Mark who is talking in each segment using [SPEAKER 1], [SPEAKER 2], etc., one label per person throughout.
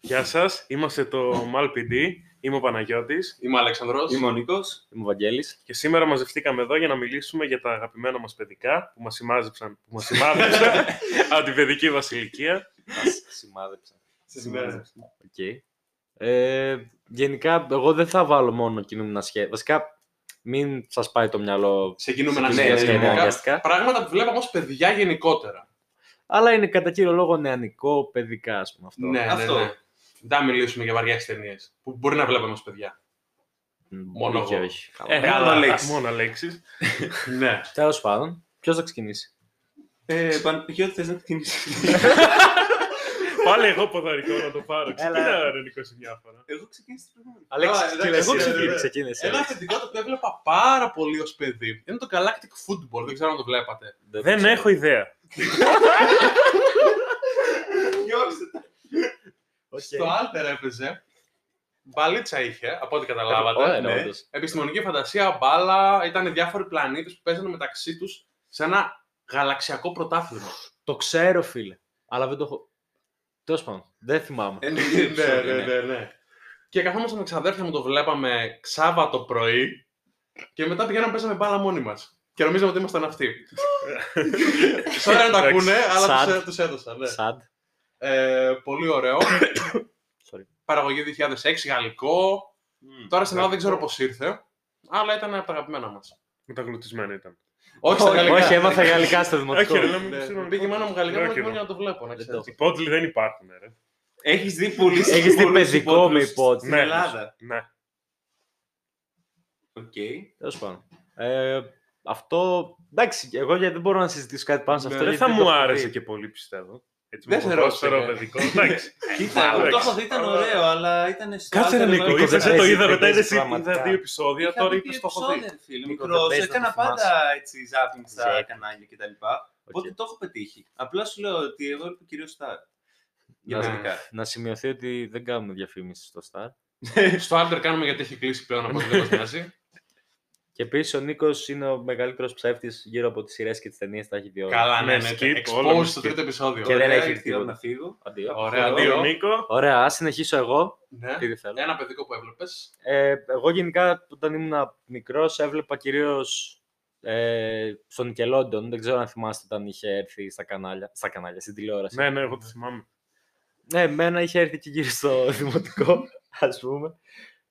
[SPEAKER 1] Γεια σας, είμαστε το MalPD, είμαι ο Παναγιώτης
[SPEAKER 2] Είμαι ο Αλέξανδρος.
[SPEAKER 3] Είμαι ο Νίκος. Είμαι ο Βαγγέλης.
[SPEAKER 1] και σήμερα μαζευτήκαμε εδώ για να μιλήσουμε για τα αγαπημένα μας παιδικά που μας σημάδεψαν, που μας σημάδεψαν από την παιδική βασιλικία.
[SPEAKER 3] Σημάδεψα.
[SPEAKER 2] Στις μέρες.
[SPEAKER 3] Οκ. Ε, γενικά, εγώ δεν θα βάλω μόνο κινούμενα σχέδια. Βασικά, μην σας πάει το μυαλό.
[SPEAKER 2] Σε κινούμενα
[SPEAKER 3] σε
[SPEAKER 2] σχέδια.
[SPEAKER 3] κινούμενα σχέδια,
[SPEAKER 2] γενικά.
[SPEAKER 3] αναγκαστικά.
[SPEAKER 2] Πράγματα που βλέπαμε ως παιδιά γενικότερα.
[SPEAKER 3] Αλλά είναι κατά κύριο λόγο νεανικό, παιδικά, ας πούμε αυτό.
[SPEAKER 2] Ναι,
[SPEAKER 3] αυτό.
[SPEAKER 2] ναι, ναι. Δεν θα μιλήσουμε για βαριές ταινίες που μπορεί να βλέπαμε ως παιδιά. Μόνο
[SPEAKER 3] Μόνο
[SPEAKER 2] εγώ.
[SPEAKER 3] όχι.
[SPEAKER 1] Ε,
[SPEAKER 2] Μόνο
[SPEAKER 1] αλλά-
[SPEAKER 2] λέξεις.
[SPEAKER 1] Μόνο λέξεις.
[SPEAKER 2] ναι.
[SPEAKER 3] Τέλος πάντων, ποιος θα ξεκινήσει.
[SPEAKER 4] Ε, Παναγιώτη, θες να ξεκινήσεις.
[SPEAKER 1] Πάλι εγώ ποδαρικό να το πάρω. Ξεκινάω αρενικό σε διάφορα.
[SPEAKER 4] Εγώ ξεκίνησα την προηγούμενη.
[SPEAKER 3] Αλέξη,
[SPEAKER 2] Α,
[SPEAKER 3] ξεκίνησε.
[SPEAKER 2] εντάξει,
[SPEAKER 3] Εγώ
[SPEAKER 2] ναι,
[SPEAKER 3] ξεκίνησα,
[SPEAKER 2] ναι.
[SPEAKER 3] ξεκίνησε.
[SPEAKER 2] Ένα παιδικό το οποίο έβλεπα πάρα πολύ ως παιδί είναι το Galactic Football. Δεν ξέρω αν το βλέπατε.
[SPEAKER 1] Δεν έχω ιδέα.
[SPEAKER 2] Διώξτε τα.
[SPEAKER 3] Οκ.
[SPEAKER 2] Στο Alter έπαιζε. Μπαλίτσα είχε, από ό,τι
[SPEAKER 3] Ωραία,
[SPEAKER 2] καταλάβατε.
[SPEAKER 3] είναι
[SPEAKER 4] ναι.
[SPEAKER 3] όντως.
[SPEAKER 2] Επιστημονική φαντασία, μπάλα, ήταν διάφοροι πλανήτες που παίζανε μεταξύ τους σε ένα γαλαξιακό πρωτάθλημα.
[SPEAKER 3] Το ξέρω, φίλε. Αλλά δεν το έχω. Τέλος πάντων, δεν θυμάμαι.
[SPEAKER 2] ναι, ναι, ναι, ναι, ναι. Και καθόμασταν με ξαδέρφια μου, το βλέπαμε Σάββατο πρωί και μετά πηγαίναμε παίζαμε μπάλα μόνοι μας. Και νομίζαμε ότι ήμασταν αυτοί. Σαν να τα
[SPEAKER 1] Εντάξει,
[SPEAKER 2] ακούνε, αλλά
[SPEAKER 3] sad.
[SPEAKER 2] τους έ- τους έδωσα. Ναι.
[SPEAKER 3] Σαντ.
[SPEAKER 2] Ε, πολύ ωραίο.
[SPEAKER 3] Sorry. ναι.
[SPEAKER 2] Παραγωγή 2006, γαλλικό. Τώρα στην Ελλάδα δεν ξέρω πώς ήρθε. Αλλά ήταν από τα αγαπημένα μα.
[SPEAKER 1] Μεταγλουτισμένο ήταν.
[SPEAKER 2] Όχι στα γαλλικά.
[SPEAKER 3] Όχι, έμαθα γαλλικά στο
[SPEAKER 1] Όχι,
[SPEAKER 3] δημοτικό.
[SPEAKER 1] ρε, λέμε,
[SPEAKER 2] Ναι,
[SPEAKER 1] ξέρω,
[SPEAKER 2] μου Πήγε η μάνα μου γαλλικά
[SPEAKER 1] Ναι,
[SPEAKER 2] μόνο και
[SPEAKER 1] και
[SPEAKER 2] μόνο
[SPEAKER 1] εγώ.
[SPEAKER 2] για να το βλέπω. Να
[SPEAKER 3] Δεν
[SPEAKER 2] ξέρω.
[SPEAKER 3] το
[SPEAKER 1] Οι πότλοι δεν υπάρχουν, ρε.
[SPEAKER 4] Έχεις δει πολύ
[SPEAKER 3] Έχεις δει παιδικό με υπότιτλο.
[SPEAKER 4] Στην Ελλάδα.
[SPEAKER 1] Ναι.
[SPEAKER 4] Οκ.
[SPEAKER 3] Τέλος πάντων. Ε, αυτό. Εντάξει, εγώ γιατί δεν μπορώ να συζητήσω κάτι πάνω σε
[SPEAKER 2] Ναι,
[SPEAKER 3] αυτό.
[SPEAKER 1] Δηλαδή, Δεν
[SPEAKER 3] γιατί
[SPEAKER 1] θα
[SPEAKER 3] το
[SPEAKER 1] μου
[SPEAKER 3] έχω
[SPEAKER 1] άρεσε
[SPEAKER 3] δει.
[SPEAKER 1] και πολύ, πιστεύω. Έτσι,
[SPEAKER 2] Δεν
[SPEAKER 1] μου
[SPEAKER 2] θεωρώ
[SPEAKER 1] ποδόσφαιρο,
[SPEAKER 2] ότι-
[SPEAKER 1] παιδικό. Εντάξει.
[SPEAKER 4] Κοίτα,
[SPEAKER 1] εντάξει.
[SPEAKER 4] το έχω δει, ήταν ωραίο, αλλά ήταν στο
[SPEAKER 1] Κάτσε ρε
[SPEAKER 4] άλλο
[SPEAKER 1] Νίκο,
[SPEAKER 4] επίπεδο.
[SPEAKER 1] είπες, δεν το
[SPEAKER 3] παίζει,
[SPEAKER 1] είδα
[SPEAKER 3] δεν
[SPEAKER 1] μετά,
[SPEAKER 3] παίζει
[SPEAKER 1] είδες είδα
[SPEAKER 3] πραγματικά.
[SPEAKER 1] δύο επεισόδια,
[SPEAKER 4] Είχα
[SPEAKER 1] τώρα
[SPEAKER 4] δει
[SPEAKER 1] είπες το έχω δει.
[SPEAKER 4] επεισόδια, φίλε,
[SPEAKER 3] Μικρό,
[SPEAKER 4] Μικρός,
[SPEAKER 3] δεν παίζεις,
[SPEAKER 4] έκανα
[SPEAKER 3] το θυμάσαι.
[SPEAKER 4] πάντα έτσι ζάπινγκ στα
[SPEAKER 3] Ζάπινγκ.
[SPEAKER 4] κανάλια κτλ. Οπότε
[SPEAKER 3] Οκ.
[SPEAKER 4] το έχω πετύχει. Απλά σου λέω ότι εγώ είμαι κυρίως στα
[SPEAKER 3] Να-
[SPEAKER 4] γενικά.
[SPEAKER 3] Να σημειωθεί ότι δεν κάνουμε διαφήμιση στο Star.
[SPEAKER 2] Στο Alter κάνουμε γιατί έχει κλείσει πλέον από ό,τι δεν μας νοιάζει.
[SPEAKER 3] Και επίσης ο Νίκος είναι ο μεγαλύτερος ψεύτης γύρω από τις σειρές και τις ταινίες. Τα έχει δει όλα.
[SPEAKER 2] Καλά, ναι,
[SPEAKER 1] Ναι,
[SPEAKER 2] ναι.
[SPEAKER 1] skip, όλα
[SPEAKER 2] Expose
[SPEAKER 1] με
[SPEAKER 2] στο
[SPEAKER 1] skip.
[SPEAKER 2] τρίτο επεισόδιο.
[SPEAKER 3] Και δεν
[SPEAKER 4] Ωραία,
[SPEAKER 3] έχει
[SPEAKER 4] ήρθε η
[SPEAKER 3] τίποτα.
[SPEAKER 4] ώρα να φύγω.
[SPEAKER 3] Αντίο.
[SPEAKER 2] Ωραία,
[SPEAKER 4] Αντίο.
[SPEAKER 1] Δύο
[SPEAKER 2] αντίο.
[SPEAKER 1] Νίκο.
[SPEAKER 3] Ωραία, ας συνεχίσω εγώ.
[SPEAKER 2] Ναι.
[SPEAKER 3] Τι δεν θέλω.
[SPEAKER 2] Ένα παιδικό που έβλεπες.
[SPEAKER 3] Ε, εγώ γενικά όταν ήμουν μικρός έβλεπα κυρίως ε, στον Νικελόντον. Δεν ξέρω αν θυμάστε όταν είχε έρθει στα κανάλια. Στα κανάλια, στην τηλεόραση.
[SPEAKER 1] Ναι, ναι, εγώ το θυμάμαι.
[SPEAKER 3] Ναι, εμένα είχε έρθει και γύρω στο δημοτικό, ας πούμε.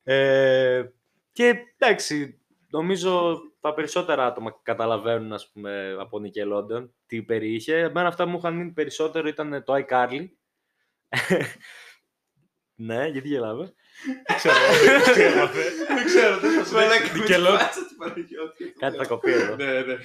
[SPEAKER 3] Ε, και εντάξει, νομίζω τα περισσότερα άτομα καταλαβαίνουν, ας πούμε, από Nickelodeon τι περιείχε. Εμένα αυτά που μου είχαν μείνει περισσότερο ήταν το iCarly. ναι, γιατί γελάμε.
[SPEAKER 1] Ξέρω, δεν ξέρω, δε.
[SPEAKER 4] Δεν ξέρω, δεν
[SPEAKER 1] σου δείξω. Δικαιολό-
[SPEAKER 3] Κάτι θα κοπεί εδώ.
[SPEAKER 2] Ναι, ναι.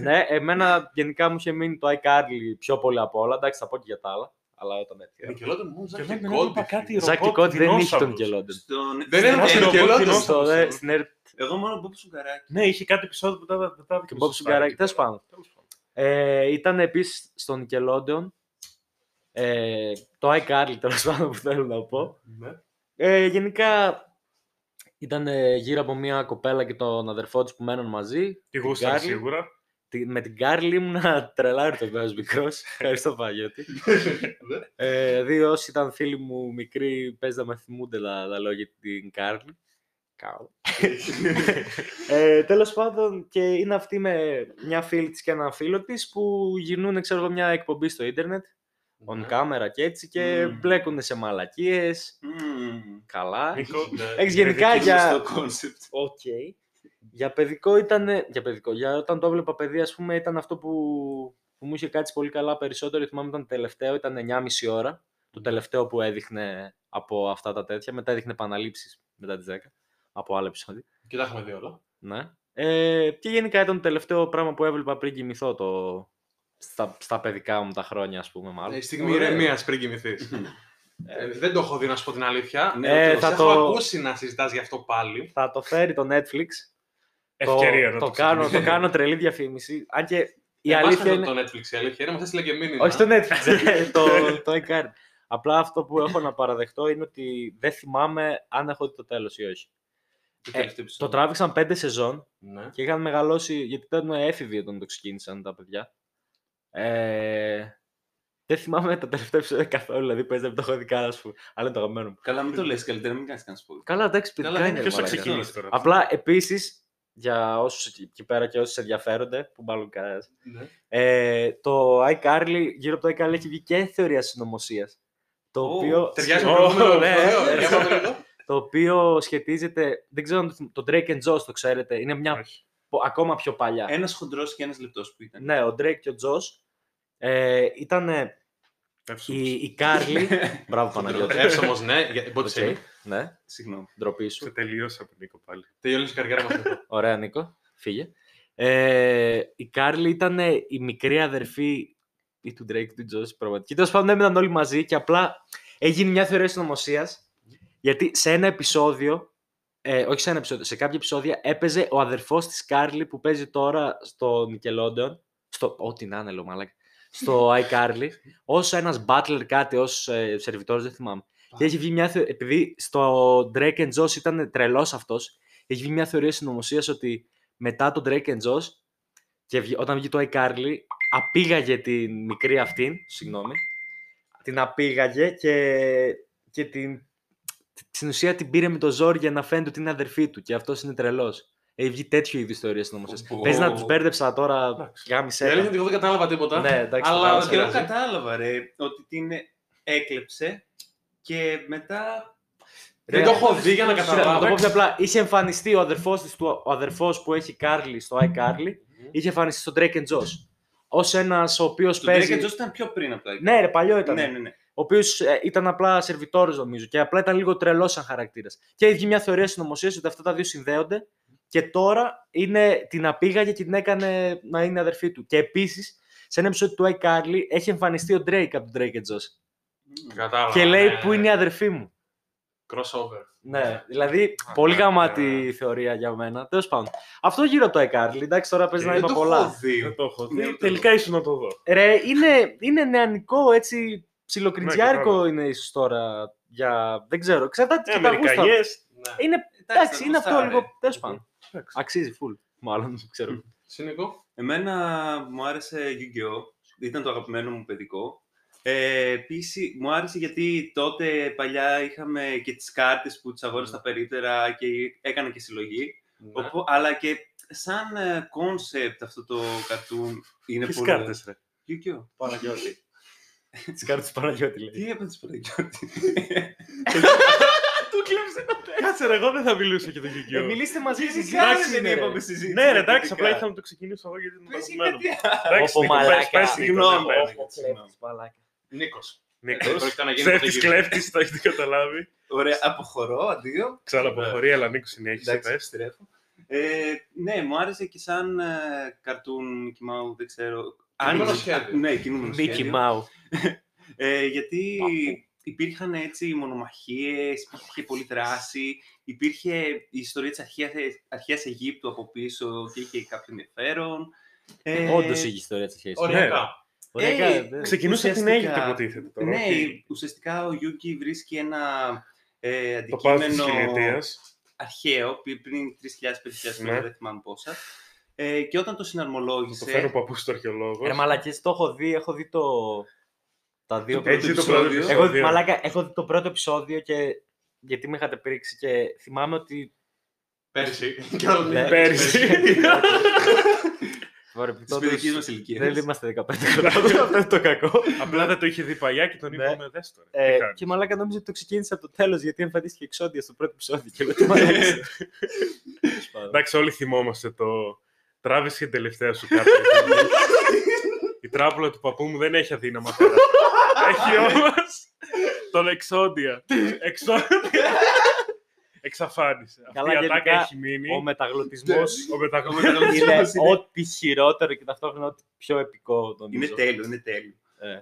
[SPEAKER 3] ναι, εμένα γενικά μου είχε μείνει το iCarly πιο πολύ από όλα. Εντάξει, θα πω και για τα άλλα. Αλλά όταν έρθει.
[SPEAKER 2] Nickelodeon μου,
[SPEAKER 1] Και
[SPEAKER 2] Ζακ
[SPEAKER 1] δεν
[SPEAKER 2] και
[SPEAKER 1] έβλεπα
[SPEAKER 2] Κόντι,
[SPEAKER 1] κάτι
[SPEAKER 2] φίλε.
[SPEAKER 1] ρομπότ
[SPEAKER 3] Ζακ και Κόντ δεν είχε
[SPEAKER 1] δεινόσαυρος.
[SPEAKER 3] τον Nickelodeon.
[SPEAKER 2] Δεν είναι
[SPEAKER 1] Άκυρο,
[SPEAKER 2] Nickelodeon.
[SPEAKER 1] κόκκινο.
[SPEAKER 3] Στο, ε, στην Air
[SPEAKER 4] Εγώ μόνο Μπομπ Σουγκαράκη.
[SPEAKER 1] Ναι, είχε κάτι επεισόδιο που τα τα- τα
[SPEAKER 3] Και Bob Σουγκαράκη, τέλος πάντων. Ε, ήταν επίσης στο Nickelodeon. Ε, το iCarly τέλος πάντων που θέλω να πω.
[SPEAKER 2] Ναι.
[SPEAKER 3] Ε, γενικά ήταν ε, γύρω από μια κοπέλα και τον αδερφό της που μένουν μαζί.
[SPEAKER 1] Τη
[SPEAKER 3] Την
[SPEAKER 1] γούστα
[SPEAKER 3] Carly.
[SPEAKER 1] σίγουρα.
[SPEAKER 3] Τη- με την Κάρλι ήμουν τρελάρι το βέβαιος μικρός. Ευχαριστώ Παγιώτη. ε, δηλαδή όσοι ήταν φίλοι μου μικροί πες να με θυμούνται τα, τα λόγια την Κάρλι. Κάου. ε, τέλος πάντων και είναι αυτή με μια φίλη της και ένα φίλο της που γυρνούν ξέρω εγώ μια εκπομπή στο ίντερνετ
[SPEAKER 2] Ναι.
[SPEAKER 3] on camera και έτσι και
[SPEAKER 4] Μμμ.
[SPEAKER 3] μπλέκουν σε μαλακίες.
[SPEAKER 4] Μμμ.
[SPEAKER 3] Καλά.
[SPEAKER 1] Νίκο, ναι.
[SPEAKER 3] Έχεις γενικά για...
[SPEAKER 4] Σωστό κόνσεπτ.
[SPEAKER 3] Οκ. Για παιδικό ήταν. Για παιδικό. Για όταν το βλέπα παιδί, ας πούμε, ήταν αυτό που, που μου είχε κάτσει πολύ καλά περισσότερο. Θυμάμαι ήταν τελευταίο, ήταν 9,5 ώρα. Το τελευταίο που έδειχνε από αυτά τα τέτοια. Μετά έδειχνε επαναλήψεις μετά τις 10 από άλλα επεισόδια.
[SPEAKER 2] Και τα έχουμε δει όλα.
[SPEAKER 3] Ναι. Ε, και γενικά ήταν το τελευταίο πράγμα που έβλεπα πριν κοιμηθώ το... στα, στα παιδικά μου τα χρόνια, ας πούμε, μάλλον.
[SPEAKER 2] Ε, Στιγμή
[SPEAKER 4] Ωραία.
[SPEAKER 2] ηρεμίας πριν κοιμηθείς. Δεν το έχω δει να σου πω την αλήθεια.
[SPEAKER 4] Ναι,
[SPEAKER 3] Ε,
[SPEAKER 2] Σε
[SPEAKER 3] θα
[SPEAKER 2] έχω
[SPEAKER 3] το,
[SPEAKER 2] ακούσει να συζητάς γι' αυτό πάλι.
[SPEAKER 3] θα το φέρει το Netflix.
[SPEAKER 1] ευκαιρία
[SPEAKER 3] το,
[SPEAKER 1] να
[SPEAKER 3] το,
[SPEAKER 1] το
[SPEAKER 3] κάνω, το
[SPEAKER 1] ξεκινήσω.
[SPEAKER 3] κάνω τρελή διαφήμιση. Αν και η
[SPEAKER 2] Εμάς
[SPEAKER 3] αλήθεια
[SPEAKER 2] Ε, το-
[SPEAKER 3] είναι.
[SPEAKER 2] Το Netflix, η αλήθεια είναι, μας έστειλε και μήνυμα.
[SPEAKER 3] Όχι στο Netflix, ε, το, το iCard. Απλά αυτό που έχω να παραδεχτώ είναι ότι δεν θυμάμαι αν έχω δει το τέλος ή όχι.
[SPEAKER 4] Το
[SPEAKER 3] Ε,
[SPEAKER 4] τελευταίο
[SPEAKER 3] Το
[SPEAKER 4] επεισόδιο.
[SPEAKER 3] τράβηξαν πέντε σεζόν
[SPEAKER 2] Ναι.
[SPEAKER 3] και είχαν μεγαλώσει, γιατί ήταν έφηβοι όταν το ξεκίνησαν τα παιδιά. Ε, Δεν θυμάμαι τα τελευταία επεισόδια καθόλου. Δηλαδή παίζαμε το χωδικά, ας πούμε. Αλλά είναι το αγαπημένο μου.
[SPEAKER 4] Καλά, μην το λες καλύτερα, μην κάνεις κανένα spoiler.
[SPEAKER 3] Καλά, εντάξει,
[SPEAKER 2] Καλά,
[SPEAKER 3] παιδιά
[SPEAKER 2] δεν
[SPEAKER 3] είναι.
[SPEAKER 1] Ποιος θα
[SPEAKER 3] μαλάκα.
[SPEAKER 1] ξεκινήσει τώρα.
[SPEAKER 3] Απλά επίσης, για όσους εκεί πέρα και όσους ενδιαφέρονται, που μάλλον κανένας.
[SPEAKER 2] Ναι.
[SPEAKER 3] Ε, το iCarly, γύρω από το iCarly έχει βγει και θεωρία συνωμοσίας. Το,
[SPEAKER 4] Ω,
[SPEAKER 3] οποίο,
[SPEAKER 2] Ταιριάζει με
[SPEAKER 1] Ω,
[SPEAKER 2] το προηγούμενο.
[SPEAKER 3] ναι.
[SPEAKER 2] Ωραίο, για πάμε λίγο.
[SPEAKER 3] το οποίο σχετίζεται. Δεν ξέρω αν το θυμ- το Drake and Josh το ξέρετε. Είναι μια
[SPEAKER 1] Όχι.
[SPEAKER 3] πο- ακόμα πιο παλιά.
[SPEAKER 2] Ε,
[SPEAKER 4] Ένας χοντρός και ένας λεπτός που ήταν.
[SPEAKER 3] Ναι, ο Drake και ο Josh. Ε, ήταν η,
[SPEAKER 1] Εύσομος.
[SPEAKER 3] η Carly. Μπράβο Παναγιώτη.
[SPEAKER 2] Εύσωμος, ναι. για-
[SPEAKER 3] Οκ,
[SPEAKER 2] υπότισε με.
[SPEAKER 3] Ναι,
[SPEAKER 4] Συγγνώμη.
[SPEAKER 3] ντροπή
[SPEAKER 1] Σε
[SPEAKER 3] σου.
[SPEAKER 1] τελείωσα από Νίκο πάλι.
[SPEAKER 2] Τελειώνεις η καριέρα μας. εδώ.
[SPEAKER 3] Ωραία, Νίκο. Φύγε. Ε, η Κάρλι ήταν η μικρή αδερφή ή του Drake ή του Τζόζη πραγματική. Τέλος πάντων, έμειναν όλοι μαζί και απλά έγινε μια θεωρία συνωμοσίας. Γιατί σε ένα επεισόδιο, ε, όχι σε ένα επεισόδιο, σε κάποια επεισόδια έπαιζε ο αδερφός της Κάρλι που παίζει τώρα στο Nickelodeon. Στο, ό,τι να είναι, λέω, μαλάκα. Στο iCarly, ω ένας butler κάτι, ως ε, σερβιτόρος, δεν θυμάμαι. Και έχει βγει μια θεω- Επειδή στο Drake and Josh ήταν τρελός αυτός, έχει βγει μια θεωρία συνωμοσίας ότι μετά τον Drake and Josh, και βγει- όταν βγει το iCarly, απήγαγε την μικρή αυτήν, συγγνώμη, την απήγαγε και, και την, στην ουσία την πήρε με το ζόρι για να φαίνεται ότι είναι αδερφή του και αυτός είναι τρελός. Έχει βγει τέτοιου είδου θεωρία συνωμοσία.
[SPEAKER 4] Ω,
[SPEAKER 3] Πες να
[SPEAKER 4] πω.
[SPEAKER 3] τους μπέρδεψα τώρα,
[SPEAKER 1] Εντάξει.
[SPEAKER 2] Η αλήθεια είναι
[SPEAKER 3] γάμισε.
[SPEAKER 2] ότι εγώ δεν κατάλαβα τίποτα.
[SPEAKER 3] τα. Ναι, εντάξει,
[SPEAKER 2] αλλά
[SPEAKER 3] αλλά
[SPEAKER 2] δεν
[SPEAKER 4] Και εγώ
[SPEAKER 2] πειράζει.
[SPEAKER 4] κατάλαβα ρε ότι την έκλεψε και μετά.
[SPEAKER 2] Δεν το έχω δει για να
[SPEAKER 3] Να το πω
[SPEAKER 2] καταλάβω.
[SPEAKER 3] πιο απλά. Είχε εμφανιστεί ο αδερφός, της, του- ο αδερφός που έχει Κάρλι στο iCarly, είχε εμφανιστεί στο Drake and Josh. Ως ένας ο οποίος
[SPEAKER 4] Το
[SPEAKER 3] παίζει...
[SPEAKER 4] Drake and Josh ήταν πιο πριν από τα Drake.
[SPEAKER 3] Ναι, ρε, παλιό ήταν.
[SPEAKER 4] ναι, ναι, ναι.
[SPEAKER 3] Ο οποίος ήταν απλά σερβιτόρος, νομίζω, και απλά ήταν λίγο τρελός σαν χαρακτήρας. Και έχει βγει μια θεωρία συνωμοσία ότι αυτά τα δύο συνδέονται και τώρα είναι, την απήγαγε και την έκανε να είναι αδερφή του. Και επίσης, σε ένα επεισόδιο του iCarly έχει εμφανιστεί ο Drake από τον Drake and Josh.
[SPEAKER 2] Κατάλαβα.
[SPEAKER 3] και λέει
[SPEAKER 2] ναι.
[SPEAKER 3] που είναι η αδερφή μου.
[SPEAKER 2] Crossover.
[SPEAKER 3] Ναι, δηλαδή
[SPEAKER 2] Α,
[SPEAKER 3] πολύ
[SPEAKER 2] ναι,
[SPEAKER 3] γαμάτη
[SPEAKER 2] ναι.
[SPEAKER 3] θεωρία για μένα. Τέλος πάντων. Αυτό γύρω από το iCarly. Εντάξει, τώρα παίζει να
[SPEAKER 2] Δεν
[SPEAKER 3] είπα
[SPEAKER 2] το
[SPEAKER 3] πολλά.
[SPEAKER 2] έχω δει.
[SPEAKER 1] Δεν το έχω
[SPEAKER 4] Ναι, ούτε
[SPEAKER 1] δει.
[SPEAKER 4] εγώ.
[SPEAKER 1] Τελικά ήσουν να το δω.
[SPEAKER 3] Ρε, είναι, είναι νεανικό, έτσι, ψιλοκριτζιάρικο
[SPEAKER 1] κατάλαβα.
[SPEAKER 3] είναι ίσως τώρα. Για, δεν ξέρω, εξαρτάται
[SPEAKER 1] Ε,
[SPEAKER 3] και τα γούστα.
[SPEAKER 1] Αμερικανιές.
[SPEAKER 2] Ναι.
[SPEAKER 3] Είναι, εντάξει, είναι αυτό λίγο, τέλος πάντων.
[SPEAKER 1] Εντάξει.
[SPEAKER 3] Αξίζει, φουλ. Μάλλον, ξέρω.
[SPEAKER 2] Σύνικο.
[SPEAKER 4] Εμένα μου άρεσε Yu-Gi-Oh! Ήταν το αγαπημένο μου παιδικό. Ε, Επίση, μου άρεσε γιατί τότε παλιά είχαμε και τις κάρτες που τις αγόρασα
[SPEAKER 3] Ναι.
[SPEAKER 4] στα περίπτερα και έκανα και συλλογή. Οπο- αλλά και σαν κόνσεπτ αυτό το καρτούν είναι
[SPEAKER 1] Τις
[SPEAKER 4] πολύ...
[SPEAKER 1] κάρτες, ρε.
[SPEAKER 4] Yu-Gi-Oh!
[SPEAKER 3] Παναγιώτη. Τις κάρτες του Παναγιώτη, λέει.
[SPEAKER 4] Τι έπαιρνες Παναγιώτη.
[SPEAKER 1] Του κλέψε το Κάτσε, ρε, εγώ δεν θα μιλούσα για το
[SPEAKER 3] Ε,
[SPEAKER 1] Yu-Gi-Oh!
[SPEAKER 3] μιλήστε μαζί σας.
[SPEAKER 1] Εντάξει,
[SPEAKER 4] δεν
[SPEAKER 1] ναι, ρε.
[SPEAKER 4] είπαμε συζήτηση.
[SPEAKER 1] Ναι, ρε, εντάξει, απλά
[SPEAKER 4] Τελικά.
[SPEAKER 1] ήθελα να το ξεκινήσω εγώ γιατί δεν το
[SPEAKER 4] Πες και
[SPEAKER 1] παρακολουθώ.
[SPEAKER 4] κάτι
[SPEAKER 1] Εντάξει,
[SPEAKER 3] Όπο,
[SPEAKER 1] Νίκο,
[SPEAKER 3] μαλάκα.
[SPEAKER 1] πες- πες,
[SPEAKER 4] Συγγνώμη,
[SPEAKER 1] Νίκο,
[SPEAKER 4] ρε.
[SPEAKER 2] Νίκο.
[SPEAKER 1] Νίκος.
[SPEAKER 2] Πρόκειται να γίνει
[SPEAKER 1] Ψεύτης
[SPEAKER 2] ποτέ
[SPEAKER 1] κλέφτης, το έχετε καταλάβει.
[SPEAKER 4] Ωραία, αποχωρώ, αντίο. Ε,
[SPEAKER 1] Ξαναποχωρεί, αλλά Νίκος συνέχισε,
[SPEAKER 4] Εντάξει,
[SPEAKER 1] πες.
[SPEAKER 4] επιστρέφω. Ε, ναι, μου άρεσε και σαν ε, καρτούν Mickey Mouse, δεν ξέρω.
[SPEAKER 2] Κινούμενο
[SPEAKER 4] Άνοιξε-
[SPEAKER 2] σχέδιο.
[SPEAKER 4] Ναι, κινούμενο
[SPEAKER 3] Μίκη
[SPEAKER 4] σχέδιο.
[SPEAKER 3] Μάου.
[SPEAKER 4] Ε, γιατί
[SPEAKER 3] Παππού.
[SPEAKER 4] υπήρχαν έτσι μονομαχίες, υπήρχε πολλή δράση, υπήρχε η ιστορία της αρχαίας, αρχαίας Αιγύπτου από πίσω και είχε κάποιο ενδιαφέρον. Ε,
[SPEAKER 3] Όντως έχει ιστορία της σχέσης.
[SPEAKER 2] Οριακά.
[SPEAKER 3] Ωραία,
[SPEAKER 4] ε,
[SPEAKER 3] καλά, ναι.
[SPEAKER 1] Ξεκινούσε την
[SPEAKER 4] Ουσιαστικά,
[SPEAKER 1] Αίγυπτο, υποτίθεται τώρα.
[SPEAKER 4] Ναι,
[SPEAKER 1] όχι
[SPEAKER 4] ουσιαστικά ο Γιούκι βρίσκει ένα ε,
[SPEAKER 1] Το πάθος της
[SPEAKER 4] αντικείμενο
[SPEAKER 1] χιλιετίας.
[SPEAKER 4] αρχαίο, πι- πριν 3.000-5.000
[SPEAKER 1] Ναι.
[SPEAKER 4] χρόνια, δεν θυμάμαι πόσα. Ε, και όταν το
[SPEAKER 1] Το
[SPEAKER 4] συναρμολόγησε.
[SPEAKER 1] φέρνω παππούς στο αρχαιολόγος.
[SPEAKER 3] Ρε μαλακές, το έχω δει, έχω δει το... Τα δύο
[SPEAKER 1] Έχει
[SPEAKER 3] πρώτα
[SPEAKER 1] δει το
[SPEAKER 4] επεισόδιο.
[SPEAKER 1] πρώτο
[SPEAKER 3] Εγώ,
[SPEAKER 1] επεισόδιο.
[SPEAKER 3] μαλάκα, έχω δει το πρώτο επεισόδιο και γιατί με είχατε πρίξει και θυμάμαι ότι.
[SPEAKER 2] Πέρσι.
[SPEAKER 3] Ναι.
[SPEAKER 1] Πέρυσι.
[SPEAKER 4] Τη παιδικής μας ηλικίας.
[SPEAKER 3] Δεν είμαστε 15 χρόνια, αυτό είναι το κακό.
[SPEAKER 1] Απλά δεν το είχε δει παλιά και τον
[SPEAKER 3] Ναι.
[SPEAKER 1] είπαμε δες τώρα.
[SPEAKER 3] Ε,
[SPEAKER 1] Τι κάνεις.
[SPEAKER 3] και μαλάκα νόμιζα ότι το ξεκίνησε από το τέλος γιατί εμφανίστηκε εξόντια στο πρώτο επεισόδιο. Και εγώ τι μαλάκα.
[SPEAKER 1] Εντάξει, όλοι θυμόμαστε το. Τράβησε την τελευταία σου κάρτα. Η τράπουλα του παππού μου δεν έχει αδύναμα τώρα. έχει όμως τον εξόντια. εξόντια. Εξαφάνισε.
[SPEAKER 3] Καλά,
[SPEAKER 1] Αυτή η ατάκα
[SPEAKER 3] γενικά,
[SPEAKER 1] έχει μείνει.
[SPEAKER 3] Ο μεταγλωτισμός
[SPEAKER 1] Ο μεταγλωτισμός
[SPEAKER 3] είναι ό,τι χειρότερο και ταυτόχρονα ό,τι πιο επικό.
[SPEAKER 4] Είναι
[SPEAKER 3] νομίζω.
[SPEAKER 4] τέλειο, είναι τέλειο.
[SPEAKER 3] Ε.